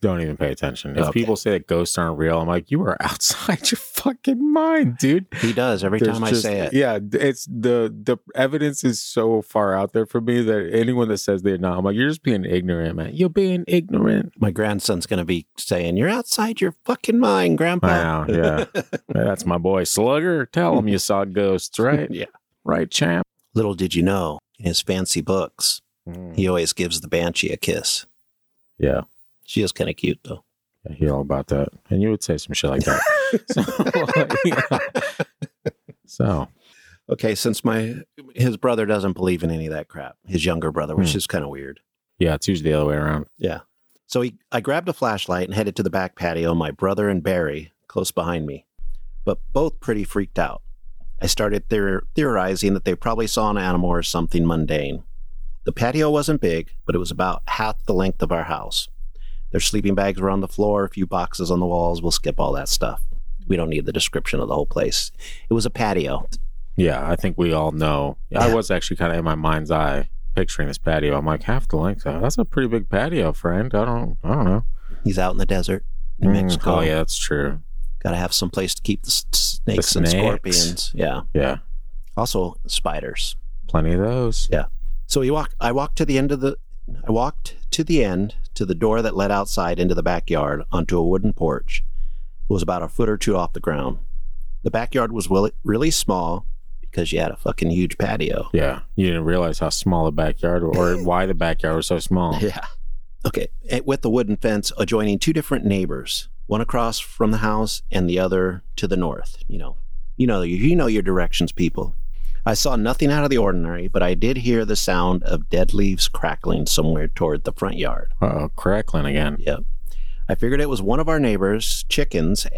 D: don't even pay attention. If
A: Okay.
D: people say that ghosts aren't real, I'm like, you are outside your fucking mind, dude.
A: He does every
D: There's
A: time
D: just-
A: I say it.
D: Yeah, it's the the evidence is so far out there for me that anyone that says they're not, I'm like, you're just being ignorant, man. You're being ignorant.
A: my grandson's going to be saying, "You're outside your fucking mind, Grandpa."
D: Wow, yeah. That's my boy Slugger. Tell him you saw ghosts, right?
A: Hmm. Yeah.
D: Right, champ.
A: Little did you know, in his fancy books, he always gives the banshee a kiss.
D: Yeah.
A: She is kind of cute, though.
D: I hear all about that. And you would say some shit like that. so, so,
A: Okay, since my his brother doesn't believe in any of that crap, his younger brother, which
D: Hmm.
A: is kind of weird.
D: yeah, it's usually the other way around.
A: So he, I grabbed a flashlight and headed to the back patio. My brother and Barry close behind me. but both pretty freaked out. I started theor- theorizing that they probably saw an animal or something mundane. The patio wasn't big, but it was about half the length of our house. Their sleeping bags were on the floor, a few boxes on the walls. We'll skip all that stuff. We don't need the description of the whole place. It was a patio.
D: Yeah, I think we all know. I
A: Yeah.
D: was actually kind of in my mind's eye picturing this patio. I'm like half the length. uh, That's a pretty big patio, friend. I don't. I don't know.
A: He's out in the desert in
D: Mm,
A: Mexico.
D: Oh yeah, that's true.
A: Gotta have some place to keep the s- snakes,
D: The
A: and
D: snakes.
A: scorpions. Yeah.
D: Yeah,
A: Also spiders.
D: plenty of those.
A: So he walked. I walked to the end of the. I walked to the end to the door that led outside into the backyard onto a wooden porch. It was about a foot or two off the ground. The backyard was willi- really small because you had a fucking huge patio.
D: Yeah, you didn't realize how small the backyard or why the backyard was so small.
A: Yeah. Okay. And with the wooden fence adjoining two different neighbors, one across from the house and the other to the north. You know, you know, you know your directions, people. I saw nothing out of the ordinary, but I did hear the sound of dead leaves crackling somewhere toward the front yard.
D: Oh, crackling again.
A: Yep. I figured it was one of our neighbors' chickens,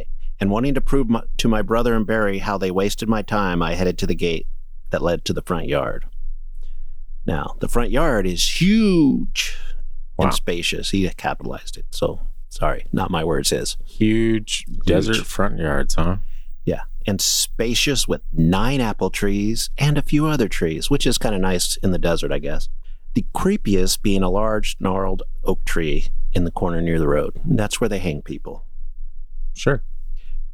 A: and wanting to prove my, to my brother and Barry how they wasted my time, I headed to the gate that led to the front yard. Now, the front yard is huge
D: Wow.
A: and spacious. He capitalized it, so sorry, not my words, his.
D: Huge, desert front yards, huh?
A: Yeah. And spacious with nine apple trees and a few other trees, which is kind of nice in the desert, I guess. The creepiest being a large, gnarled oak tree in the corner near the road. That's where they hang people.
D: Sure.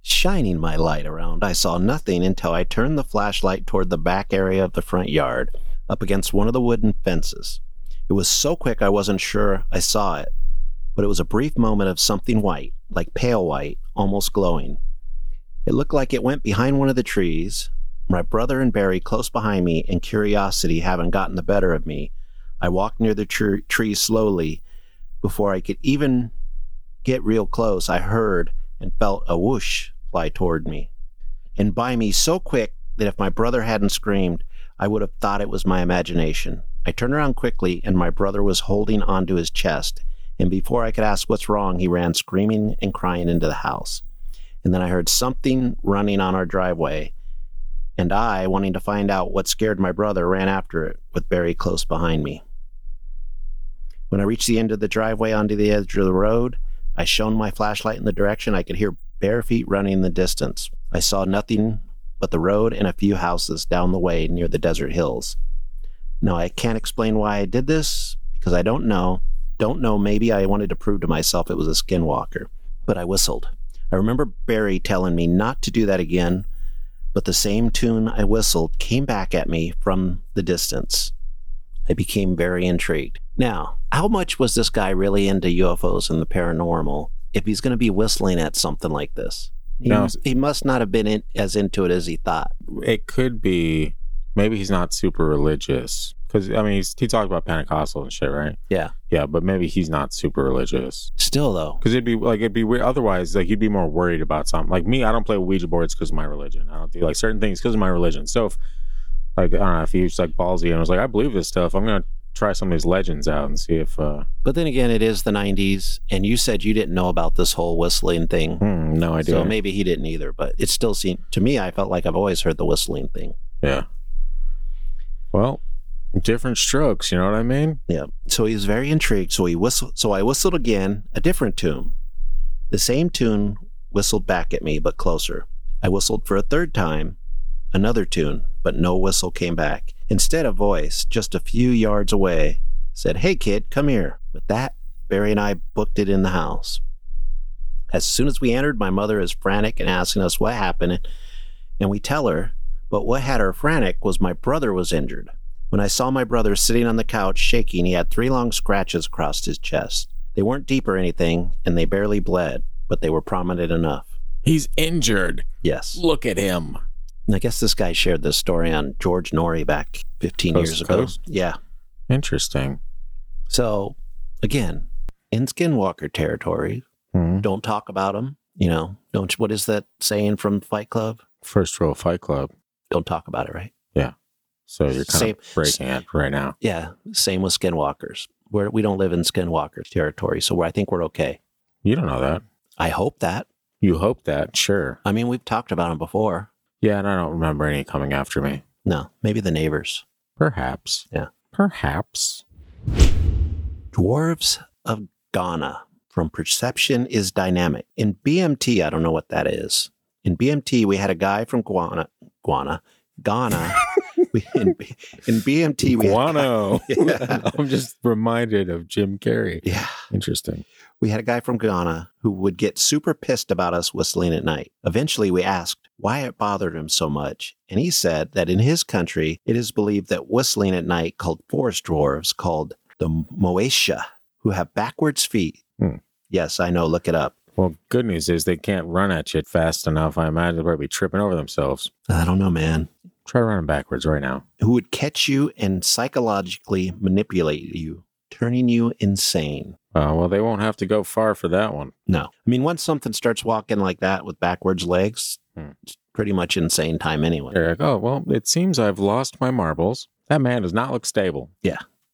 A: Shining my light around, I saw nothing until I turned the flashlight toward the back area of the front yard, up against one of the wooden fences. It was so quick I wasn't sure I saw it, but it was a brief moment of something white, like pale white, almost glowing. It looked like it went behind one of the trees. My brother and Barry close behind me, and curiosity having gotten the better of me, I walked near the tr- tree slowly. Before I could even get real close, I heard and felt a whoosh fly toward me, and by me so quick that if my brother hadn't screamed, I would have thought it was my imagination. I turned around quickly, and my brother was holding onto his chest, and before I could ask what's wrong, he ran screaming and crying into the house. And then I heard something running on our driveway, and I, wanting to find out what scared my brother, ran after it with Barry close behind me. When I reached the end of the driveway onto the edge of the road, I shone my flashlight in the direction I could hear bare feet running in the distance. I saw nothing but the road and a few houses down the way near the desert hills. Now, I can't explain why I did this because I don't know. Don't know, maybe I wanted to prove to myself it was a skinwalker, but I whistled. I remember Barry telling me not to do that again, but the same tune I whistled came back at me from the distance. I became very intrigued. Now, how much was this guy really into UFOs and the paranormal if he's going to be whistling at something like this? He,
D: No.
A: he must not have been in, as into it as he thought.
D: It could be. Maybe he's not super religious because I mean he's, he talked about Pentecostal and shit, right?
A: Yeah.
D: Yeah, but maybe he's not super religious
A: Still, though,
D: because it'd be like it'd be weird. Otherwise, like you'd be more worried about something. Like me, I don't play Ouija boards because of my religion. I don't do like certain things because of my religion. So if like I don't know if he was like ballsy and was like, I believe this stuff. I'm gonna try some of these legends out and see if uh
A: but then again, it is the 90s, and you said you didn't know about this whole whistling thing.
D: hmm, no idea.
A: So maybe he didn't either, but it still seemed to me, I felt like I've always heard the whistling thing.
D: yeah. Well, different strokes. You know what I mean?
A: Yeah. So he was very intrigued. So he whistled. So I whistled again, a different tune. The same tune whistled back at me, but closer. I whistled for a third time, another tune, but no whistle came back. Instead, a voice, just a few yards away, said, Hey, kid, come here. With that, Barry and I booked it in the house. As soon as we entered, my mother is frantic and asking us what happened, and we tell her. But what had her frantic was my brother was injured. When I saw my brother sitting on the couch shaking, he had three long scratches across his chest. They weren't deep or anything, and they barely bled, but they were prominent enough.
B: He's injured.
A: Yes.
B: Look at him.
A: And I guess this guy shared this story on George Norrie back 15
D: Coast
A: years
D: to
A: ago.
D: Coast?
A: Yeah.
D: Interesting.
A: So, again, in Skinwalker territory,
D: Hmm.
A: don't talk about him. You know, don't, what is that saying from Fight Club?
D: First rule of Fight Club.
A: Don't talk about it, right?
D: So you're kind
A: Same-
D: of breaking it right now.
A: Yeah. Same with Skinwalkers. We're, we don't live in Skinwalker territory, so I think we're okay.
D: You don't know that.
A: I hope that.
D: You hope that, sure.
A: I mean, we've talked about them before.
D: Yeah, and I don't remember any coming after me.
A: No, maybe the neighbors.
D: Perhaps.
A: Yeah.
D: Perhaps.
A: Dwarves of Ghana from Perception is Dynamic. In BMT, I don't know what that is. In BMT, we had a guy from Guana, Guana, Ghana. we, in, B- in BMT, we had,
D: Guano.
A: Yeah.
D: I'm just reminded of Jim Carrey.
A: yeah,
D: Interesting.
A: we had a guy from Ghana who would get super pissed about us whistling at night. Eventually, we asked why it bothered him so much, and he said that in his country, it is believed that whistling at night called forest dwarves, called the Moesha, who have backwards feet.
D: Hmm.
A: Yes, I know. Look it up.
D: Well, good news is they can't run at you fast enough. I imagine they'll probably be tripping over themselves.
A: I don't know, man.
D: Try running backwards right now.
A: who would catch you and psychologically manipulate you, turning you insane.
D: Uh, well, they won't have to go far for that one.
A: No. I mean, once something starts walking like that with backwards legs,
D: Hmm.
A: it's pretty much insane time anyway.
D: They're like, oh, well, it seems I've lost my marbles. That man does not look stable.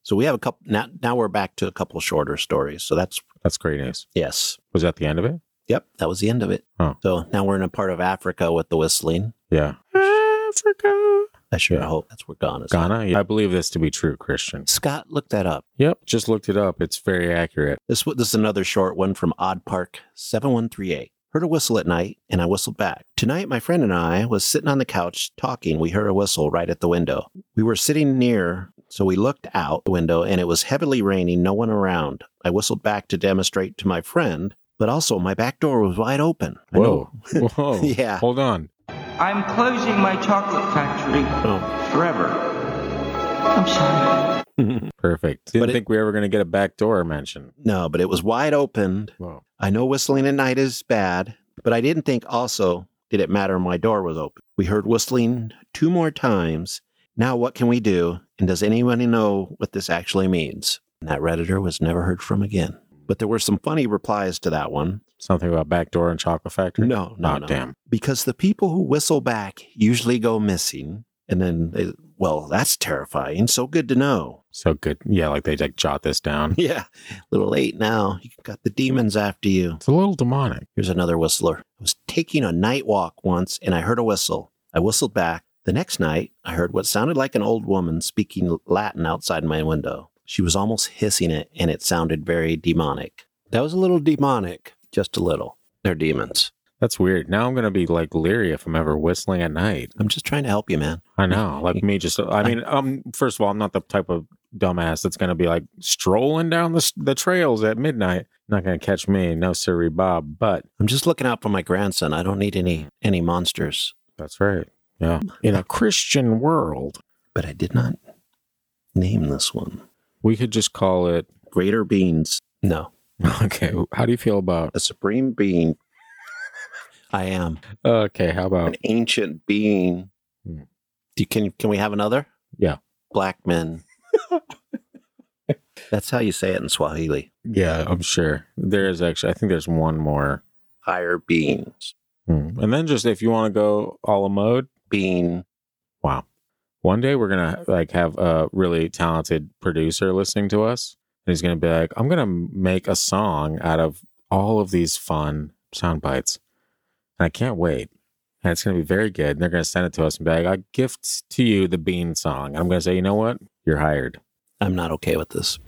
A: So we have a couple now now we're back to a couple shorter stories. So that's
D: That's great news.
A: yes.
D: Was that the end of it?
A: Yep, that was the end of it.
D: Huh.
A: So now we're in a part of Africa with the whistling.
D: Yeah. Ah, Africa.
A: I sure
D: Yeah.
A: hope that's where Ghana's.
D: Ghana? Yeah. I believe this to be true, Christian.
A: Scott, look that up.
D: Yep. Just looked it up. It's very accurate.
A: This, w- this is another short one from Odd Park 7138. Heard a whistle at night, and I whistled back. Tonight, my friend and I was sitting on the couch talking. We heard a whistle right at the window. We were sitting near, so we looked out the window, and it was heavily raining, no one around. I whistled back to demonstrate to my friend, but also my back door was wide open. I
D: Whoa.
A: know-
D: Whoa.
A: Yeah.
D: Hold on.
G: I'm closing my chocolate factory
A: Oh,
G: forever. I'm sorry.
D: Perfect. Didn't
A: But it-
D: think we were going to get a back door mention.
A: no, but it was wide open.
D: Whoa.
A: I know whistling at night is bad, but I didn't think also did it matter my door was open. We heard whistling two more times. Now what can we do? And does anyone know what this actually means? And that Redditor was never heard from again. But there were some funny replies to that one.
D: Something about back door and chocolate factory?
A: No, no,
D: Oh,
A: no.
D: damn.
A: Because the people who whistle back usually go missing. And then they, well, that's terrifying. So good to know.
D: So good. Yeah, like they like jot this down.
A: Yeah. A little late now. You got the demons after you.
D: It's a little demonic.
A: Here's another whistler. I was taking a night walk once and I heard a whistle. I whistled back. The next night, I heard what sounded like an old woman speaking Latin outside my window. She was almost hissing it and it sounded very demonic. That was a little demonic, just a little. They're demons.
D: That's weird. Now I'm going to be like leery if I'm ever whistling at night.
A: I'm just trying to help you, man.
D: I know. Like me, just, I mean, um, first of all, I'm not the type of dumbass that's going to be like strolling down the, s- the trails at midnight. Not going to catch me. No, sirree, Bob. But
A: I'm just looking out for my grandson. I don't need any any monsters.
D: That's right. Yeah. In a Christian world,
A: But I did not name this one.
D: we could just call it.
A: Greater beings. No,
D: Okay. How do you feel about?
A: a supreme being. I am.
D: Okay. How
A: an
D: about?
A: ancient being.
D: Oh. Hmm.
A: Do you, can can we have another?
D: Yeah.
A: black men. That's how you say it in Swahili.
D: Yeah, I'm sure there is actually. I think there's one more.
A: Higher beings,
D: Hmm. And then just if you want to go a la mode,
A: being
D: wow. One day we're gonna like have a really talented producer listening to us, and he's gonna be like, "I'm gonna make a song out of all of these fun sound bites, and I can't wait." And it's going to be very good. And they're going to send it to us and be like, I gift to you the bean song. And I'm going to say, you know what? You're hired.
A: I'm not okay with this.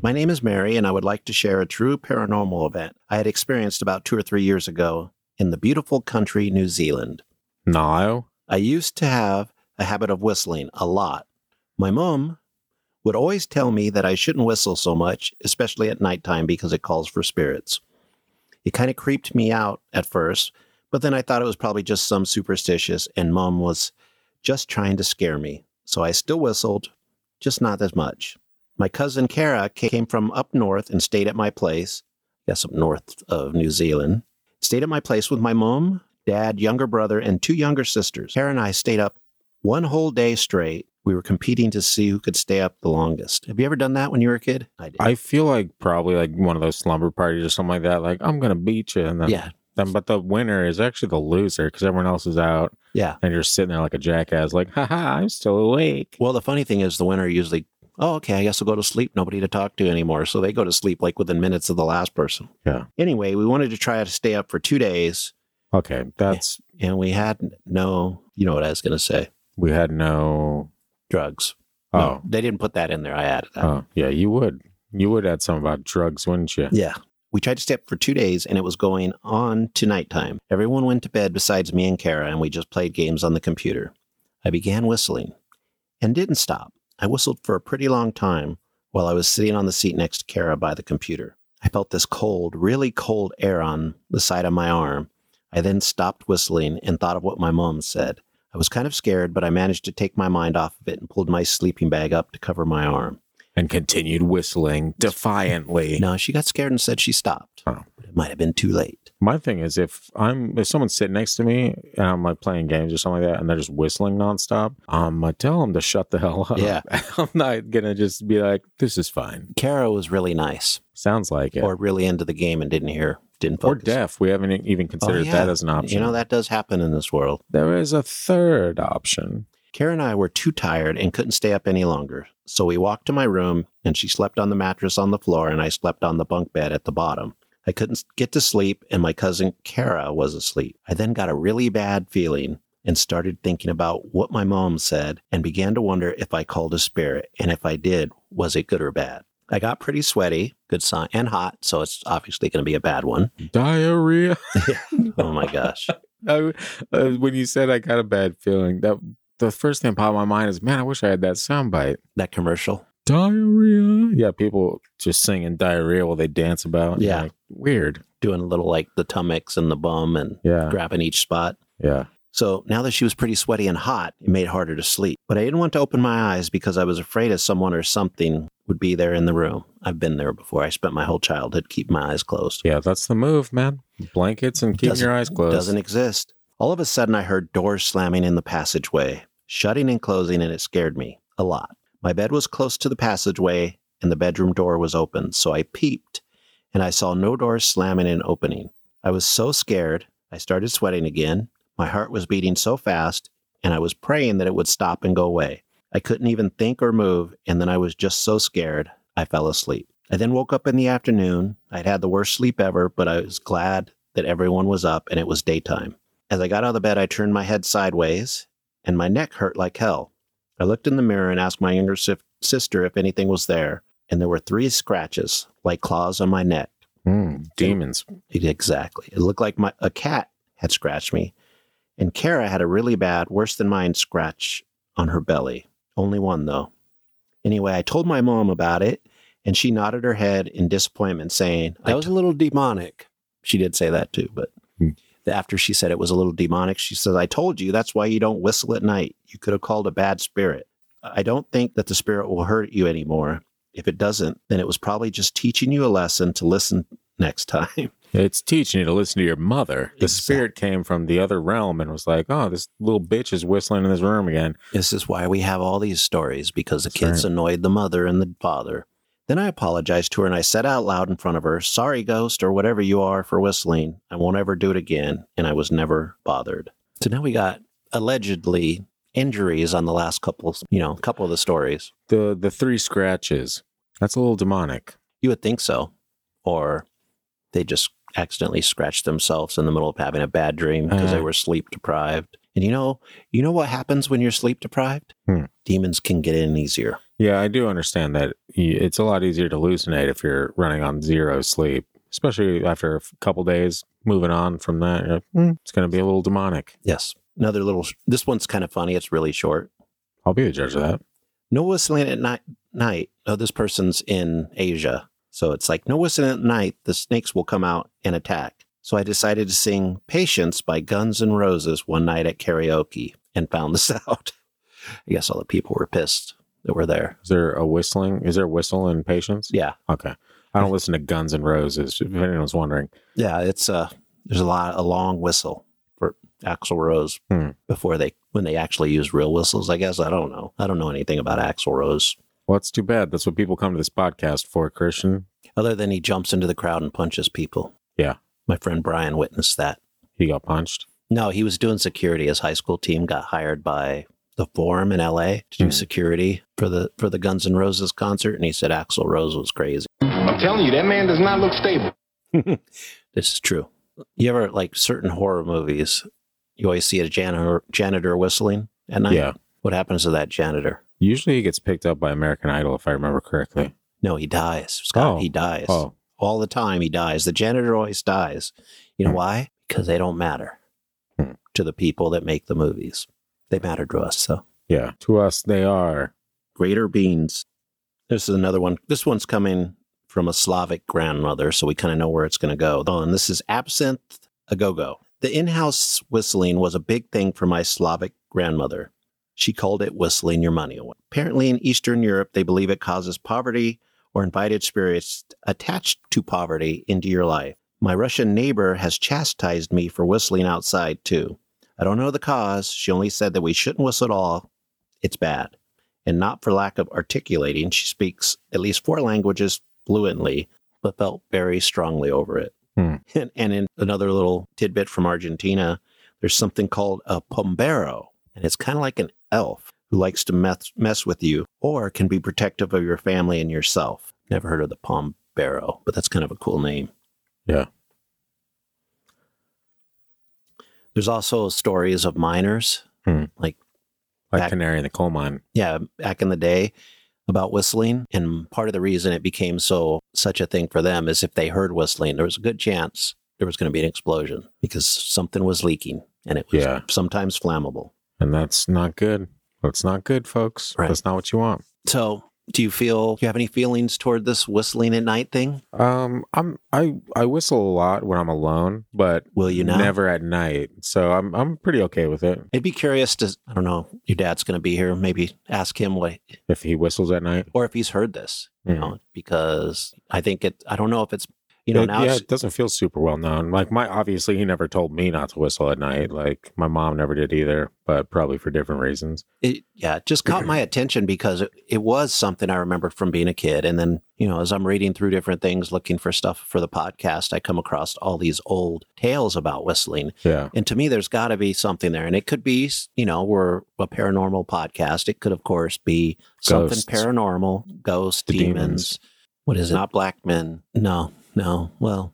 A: My name is Mary, and I would like to share a true paranormal event I had experienced about two or three years ago in the beautiful country New Zealand.
D: No.
A: I used to have a habit of whistling a lot. My mom would always tell me that I shouldn't whistle so much, especially at nighttime because it calls for spirits. It kind of creeped me out at first, but then I thought it was probably just some superstitious and mom was just trying to scare me. So I still whistled, just not as much. My cousin Kara came from up north and stayed at my place, I guess up north of New Zealand stayed at my place with my mom, dad, younger brother, and two younger sisters. Kara and I stayed up one whole day straight. We were competing to see who could stay up the longest. Have you ever done that when you were a kid? I did.
D: I feel like probably like one of those slumber parties or something like that. Like I'm gonna beat you, and then,
A: yeah,
D: then but the winner is actually the loser because everyone else is out,
A: yeah.
D: and you're sitting there like a jackass, like haha, I'm still awake.
A: Well, the funny thing is, the winner usually Oh, okay, I guess I'll go to sleep. Nobody to talk to anymore. So they go to sleep like within minutes of the last person.
D: Yeah.
A: Anyway, we wanted to try to stay up for two days
D: Okay, that's
A: and we had no, you know what I was going to say,
D: we had no.
A: drugs.
D: Oh,
A: No, they didn't put that in there. I added that.
D: oh, yeah, you would. You would add something about drugs, wouldn't you?
A: Yeah. We tried to stay up for two days and it was going on to nighttime. Everyone went to bed besides me and Kara and we just played games on the computer. I began whistling and didn't stop. I whistled for a pretty long time while I was sitting on the seat next to Kara by the computer. I felt this cold, really cold air on the side of my arm. I then stopped whistling and thought of what my mom said. I was kind of scared, but I managed to take my mind off of it and pulled my sleeping bag up to cover my arm.
D: And continued whistling defiantly.
A: No, she got scared and said she stopped.
D: Oh.
A: But It might have been too late.
D: My thing is, if I'm if someone's sitting next to me and I'm like playing games or something like that, and they're just whistling nonstop, I'm gonna tell them to shut the hell up.
A: Yeah.
D: I'm not gonna just be like, "This is fine."
A: Kara was really nice
D: Sounds like it.
A: or really into the game and didn't hear, didn't
D: Or
A: focus. Oh,
D: deaf. We haven't e-, even considered
A: yeah.
D: that as an option.
A: You know, that does happen in this world.
D: there is a third option.
A: Kara and I were too tired and couldn't stay up any longer. So we walked to my room and she slept on the mattress on the floor and I slept on the bunk bed at the bottom. I couldn't get to sleep and my cousin Kara was asleep. I then got a really bad feeling and started thinking about what my mom said and began to wonder if I called a spirit and if I did, was it good or bad? I got pretty sweaty, good sign, and hot, so it's obviously going to be a bad one.
D: Diarrhea.
A: Oh my gosh.
D: I, uh, when you said I got a bad feeling, that the first thing popped in my mind is, man, I wish I had that soundbite.
A: That commercial.
D: Diarrhea. Yeah, people just singing diarrhea while they dance about.
A: Yeah.
D: Like, weird.
A: Doing a little like the tummocks and the bum and
D: Yeah.
A: grabbing each spot.
D: Yeah.
A: So now that she was pretty sweaty and hot, it made it harder to sleep. But I didn't want to open my eyes because I was afraid of someone or something would be there in the room. I've been there before. I spent my whole childhood keeping my eyes closed.
D: Yeah, that's the move, man. Blankets and keeping
A: Doesn't-
D: your eyes closed.
A: Doesn't exist. All of a sudden, I heard doors slamming in the passageway, shutting and closing, and it scared me a lot. My bed was close to the passageway, and the bedroom door was open, so I peeped, and I saw no doors slamming and opening. I was so scared, I started sweating again. My heart was beating so fast, and I was praying that it would stop and go away. I couldn't even think or move, and then I was just so scared, I fell asleep. I then woke up in the afternoon. I'd had the worst sleep ever, but I was glad that everyone was up and it was daytime. As I got out of bed, I turned my head sideways and my neck hurt like hell. I looked in the mirror and asked my younger si- sister if anything was there, and there were three scratches like claws on my neck.
D: Mm, demons.
A: Exactly. It looked like my, a cat had scratched me. And Kara had a really bad, worse than mine scratch on her belly. Only one, though. Anyway, I told my mom about it, and she nodded her head in disappointment, saying, That was a little demonic. She did say that too, but
D: Hmm.
A: after she said it was a little demonic, she says, I told you that's why you don't whistle at night. You could have called a bad spirit. I don't think that the spirit will hurt you anymore. If it doesn't, then it was probably just teaching you a lesson to listen next time.
D: It's teaching you to listen to your mother. The
A: Exact-
D: spirit came from the other realm and was like, oh, this little bitch is whistling in this room again.
A: This is why we have all these stories because the
D: That's
A: kids annoyed the mother and the father. Then I apologized to her and I said out loud in front of her, Sorry, ghost, or whatever you are for whistling. I won't ever do it again. And I was never bothered. So now we got allegedly injuries on the last couple, you know, couple of the stories.
D: The the three scratches. That's a little demonic.
A: You would think so. Or they just accidentally scratched themselves in the middle of having a bad dream because they
D: Uh.
A: were sleep deprived. And you know, you know what happens when you're sleep deprived?
D: Hmm.
A: Demons can get in easier.
D: Yeah, I do understand that y- it's a lot easier to hallucinate if you're running on zero sleep, especially after a f- couple days moving on from that. You're like, "Hmm, it's going to be a little demonic.
A: Yes. Another little, this one's kind of funny. It's really short.
D: I'll be the judge of that.
A: No whistling at night. night. Oh, this person's in Asia. So it's like, no whistling at night. The snakes will come out and attack. So I decided to sing Patience by Guns N' Roses one night at karaoke and found this out. I guess all the people were pissed that were there.
D: Is there a whistling? Is there a whistle in patience?
A: Yeah.
D: Okay. I don't listen to Guns and Roses, if anyone's wondering.
A: Yeah. It's uh there's a lot, a long whistle for Axl Rose
D: Hmm.
A: before they, when they actually use real whistles, I guess. I don't know. I don't know anything about Axl Rose.
D: Well, it's too bad. That's what people come to this podcast for, Christian.
A: Other than he jumps into the crowd and punches people.
D: Yeah.
A: My friend Brian witnessed that.
D: He got punched.
A: No, he was doing security. His high school team got hired by the Forum in L.A. to do
D: Mhm.
A: security for the for the Guns N' Roses concert, and he said Axl Rose was crazy.
C: I'm telling you, that man does not look stable.
A: This is true. You ever like certain horror movies? You always see a janitor janitor whistling at night.
D: Yeah.
A: What happens to that janitor?
D: Usually he gets picked up by American Idol, if I remember correctly.
A: No, he dies. Scott,
D: Oh.
A: he dies.
D: Oh,
A: All the time he dies. The janitor always dies. You know
D: Hmm.
A: why? Because they don't matter
D: Hmm.
A: to the people that make the movies. They matter to us, so.
D: yeah. To us, they are.
A: Greater beans. This is another one. This one's coming from a Slavic grandmother, so we kind of know where it's going to go. Oh, and this is absinthe a go go. The in house whistling was a big thing for my Slavic grandmother. She called it whistling your money away. Apparently, in Eastern Europe, they believe it causes poverty or invited spirits attached to poverty into your life. My Russian neighbor has chastised me for whistling outside, too. I don't know the cause. She only said that we shouldn't whistle at all. It's bad and not for lack of articulating, she speaks at least four languages fluently, but felt very strongly over it.
D: Hmm.
A: And, and in another little tidbit from Argentina, there's something called a pombero, and it's kind of like an elf who likes to mess, mess with you or can be protective of your family and yourself. Never heard of the pombero, but that's kind of a cool name.
D: Yeah.
A: There's also stories of miners
D: Like
A: Back-
D: canary in the coal mine.
A: yeah back in the day about whistling and part of the reason it became so such a thing for them is if they heard whistling there was a good chance there was going to be an explosion because something was leaking and it was
D: Yeah.
A: sometimes flammable
D: And that's not good. That's not good, folks.
A: Right.
D: That's not what you want.
A: so do you feel do you have any feelings toward this whistling at night thing
D: Um, I'm I I whistle a lot when I'm alone, but
A: will you now
D: never at night. So I'm I'm pretty okay with it.
A: i'd be curious to i don't know your dad's going to be here maybe ask him what
D: If he whistles at night,
A: or if he's heard this
D: you
A: you
D: know,
A: know, because i think it i don't know if it's you know
D: it,
A: now
D: yeah,
A: it's,
D: it doesn't feel super well known. Like my obviously he never told me not to whistle at night. Like my mom never did either, but probably for different reasons.
A: it yeah it just caught my attention because it, it was something i remembered from being a kid and then you know as i'm reading through different things looking for stuff for the podcast i come across all these old tales about whistling
D: Yeah,
A: and to me there's got to be something there and it could be you know we're a paranormal podcast it could of course be something
D: Ghosts.
A: paranormal ghosts
D: The
A: demons.
D: demons.
A: what is it not black men no no well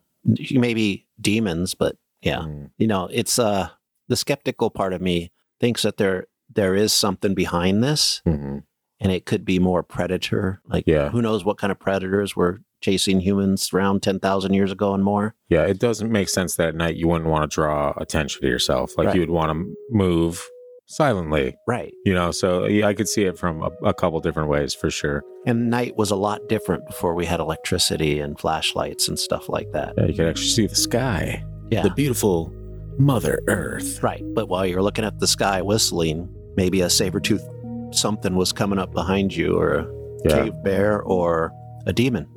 A: maybe demons but yeah
D: Mm.
A: you know it's uh the skeptical part of me thinks that there there is something behind this
D: Mhm.
A: and it could be more predator like
D: Yeah.
A: who knows what kind of predators were chasing humans around 10,000 years ago and more
D: yeah. It doesn't make sense that at night you wouldn't want to draw attention to yourself. Like
A: Right.
D: you would want to move silently.
A: right
D: You know, so yeah, I could see it from a, a couple different ways for sure.
A: and night was a lot different before we had electricity and flashlights and stuff like that
D: Yeah, you could actually see the sky.
A: yeah
B: The beautiful Mother Earth.
A: right but while you're looking at the sky whistling maybe a saber tooth something was coming up behind you or a
D: Yeah,
A: cave bear or a demon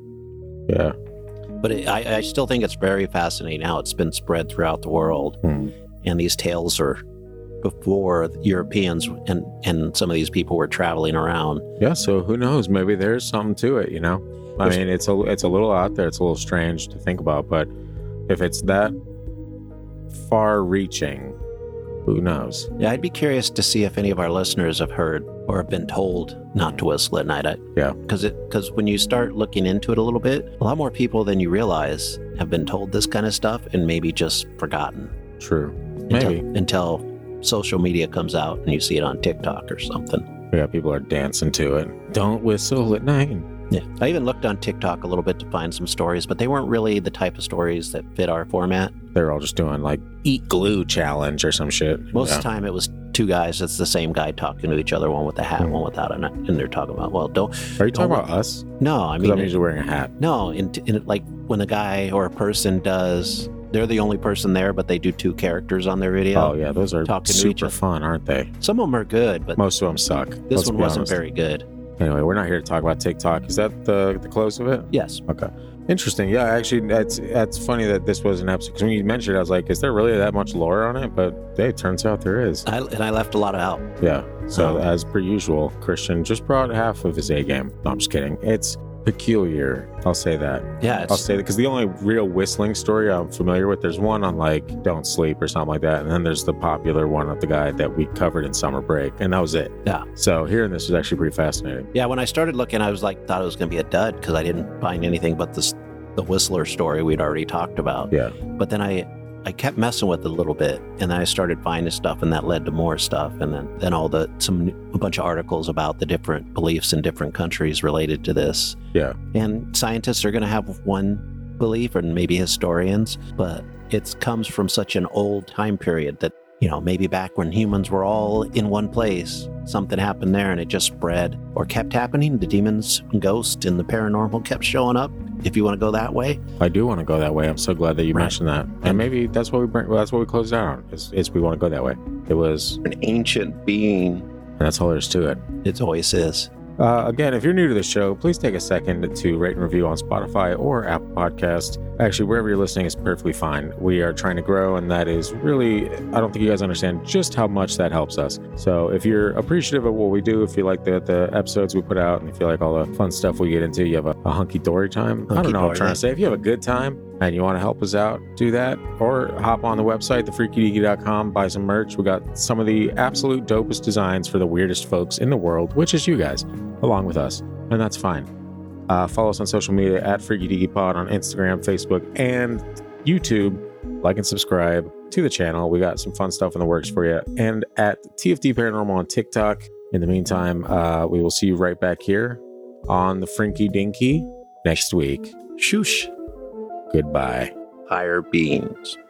D: yeah.
A: But it, I, I still think it's very fascinating how it's been spread throughout the world.
D: Hmm.
A: And these tales are before the Europeans and, and some of these people were traveling around.
D: Yeah, so who knows? Maybe there's something to it, you know. I
A: There's-
D: mean, it's a it's a little out there. It's a little strange to think about, but if it's that far-reaching, who knows?
A: Yeah, I'd be curious to see if any of our listeners have heard or have been told not to whistle at night. I,
D: Yeah.
A: Because because when you start looking into it a little bit, a lot more people than you realize have been told this kind of stuff and maybe just forgotten.
D: True.
A: until-
D: Maybe.
A: Until, social media comes out and you see it on TikTok or something.
D: Yeah, people are dancing to it. Don't whistle at night.
A: Yeah. I even looked on TikTok a little bit to find some stories, but they weren't really the type of stories that fit our format.
D: They're all just doing like eat glue challenge or some shit.
A: Most
D: yeah.
A: of the time, it was two guys. It's the same guy talking to each other, one with a hat,
D: Hmm.
A: one without a hat. And they're talking about, well, don't.
D: Are you talking
A: Don't-
D: about us?
A: No, I
D: 'Cause
A: mean,
D: I'm usually wearing a hat.
A: no. In, in, like when a guy or a person does, they're the only person there, but they do two characters on their video.
D: Oh yeah, those are
A: Talking to each
D: super
A: other.
D: fun, aren't they?
A: Some of them are good, but
D: Most of them suck.
A: this
D: let's
A: one
D: be
A: wasn't
D: honest.
A: very good.
D: Anyway, we're not here to talk about TikTok. Is that the the close of it?
A: Yes.
D: Interesting. Yeah, actually, that's that's funny that this was an episode because when you mentioned it, I was like, is there really that much lore on it? But hey, it turns out there is.
A: I, and I left a lot out.
D: Yeah. So
A: Oh.
D: as per usual, Christian just brought half of his A game. No, I'm just kidding. It's peculiar. I'll say that.
A: Yeah,
D: I'll
A: it's,
D: say that because the only real whistling story I'm familiar with, there's one on like Don't Sleep or something like that. And then there's the popular one of the guy that we covered in summer break. And that was it.
A: Yeah.
D: So hearing this is actually pretty fascinating.
A: yeah. When I started looking, I was like, thought it was going to be a dud because I didn't find anything but this the Whistler story we'd already talked about.
D: Yeah.
A: But then I I kept messing with it a little bit, and then I started finding stuff, and that led to more stuff, and then then all the some a bunch of articles about the different beliefs in different countries related to this.
D: Yeah.
A: And scientists are going to have one belief, and maybe historians, but it comes from such an old time period that you know maybe back when humans were all in one place, something happened there, and it just spread or kept happening. The demons, and ghosts, and the paranormal kept showing up. If you want to go that way,
D: I do want to go that way. I'm so glad that you
A: Right.
D: mentioned that. And maybe that's what we bring, well, that's what we closed down on is, is we want to go that way. It was,
A: an ancient being
D: and that's all there is to it.
A: It always is.
D: Uh, again, if you're new to the show, please take a second to rate and review on Spotify or Apple Podcast. Actually, wherever you're listening is perfectly fine. We are trying to grow, and that is really, I don't think you guys understand just how much that helps us. So if you're appreciative of what we do, if you like the, the episodes we put out, and if you like all the fun stuff we get into, you have a, a hunky dory time. I don't know what I'm
A: Hunky-dory,
D: trying
A: yeah.
D: to say. If you have a good time, and you want to help us out, do that. Or hop on the website, thefreakydeaky.com, buy some merch. We got some of the absolute dopest designs for the weirdest folks in the world, which is you guys, along with us. And that's fine. Uh, follow us on social media at Freaky Deaky Pod on Instagram, Facebook, and YouTube. Like and subscribe to the channel. We got some fun stuff in the works for you. And at TFD Paranormal on TikTok. In the meantime, uh, we will see you right back here on the Frinky Dinky next week.
A: Shoosh.
D: Goodbye.
A: Higher beings.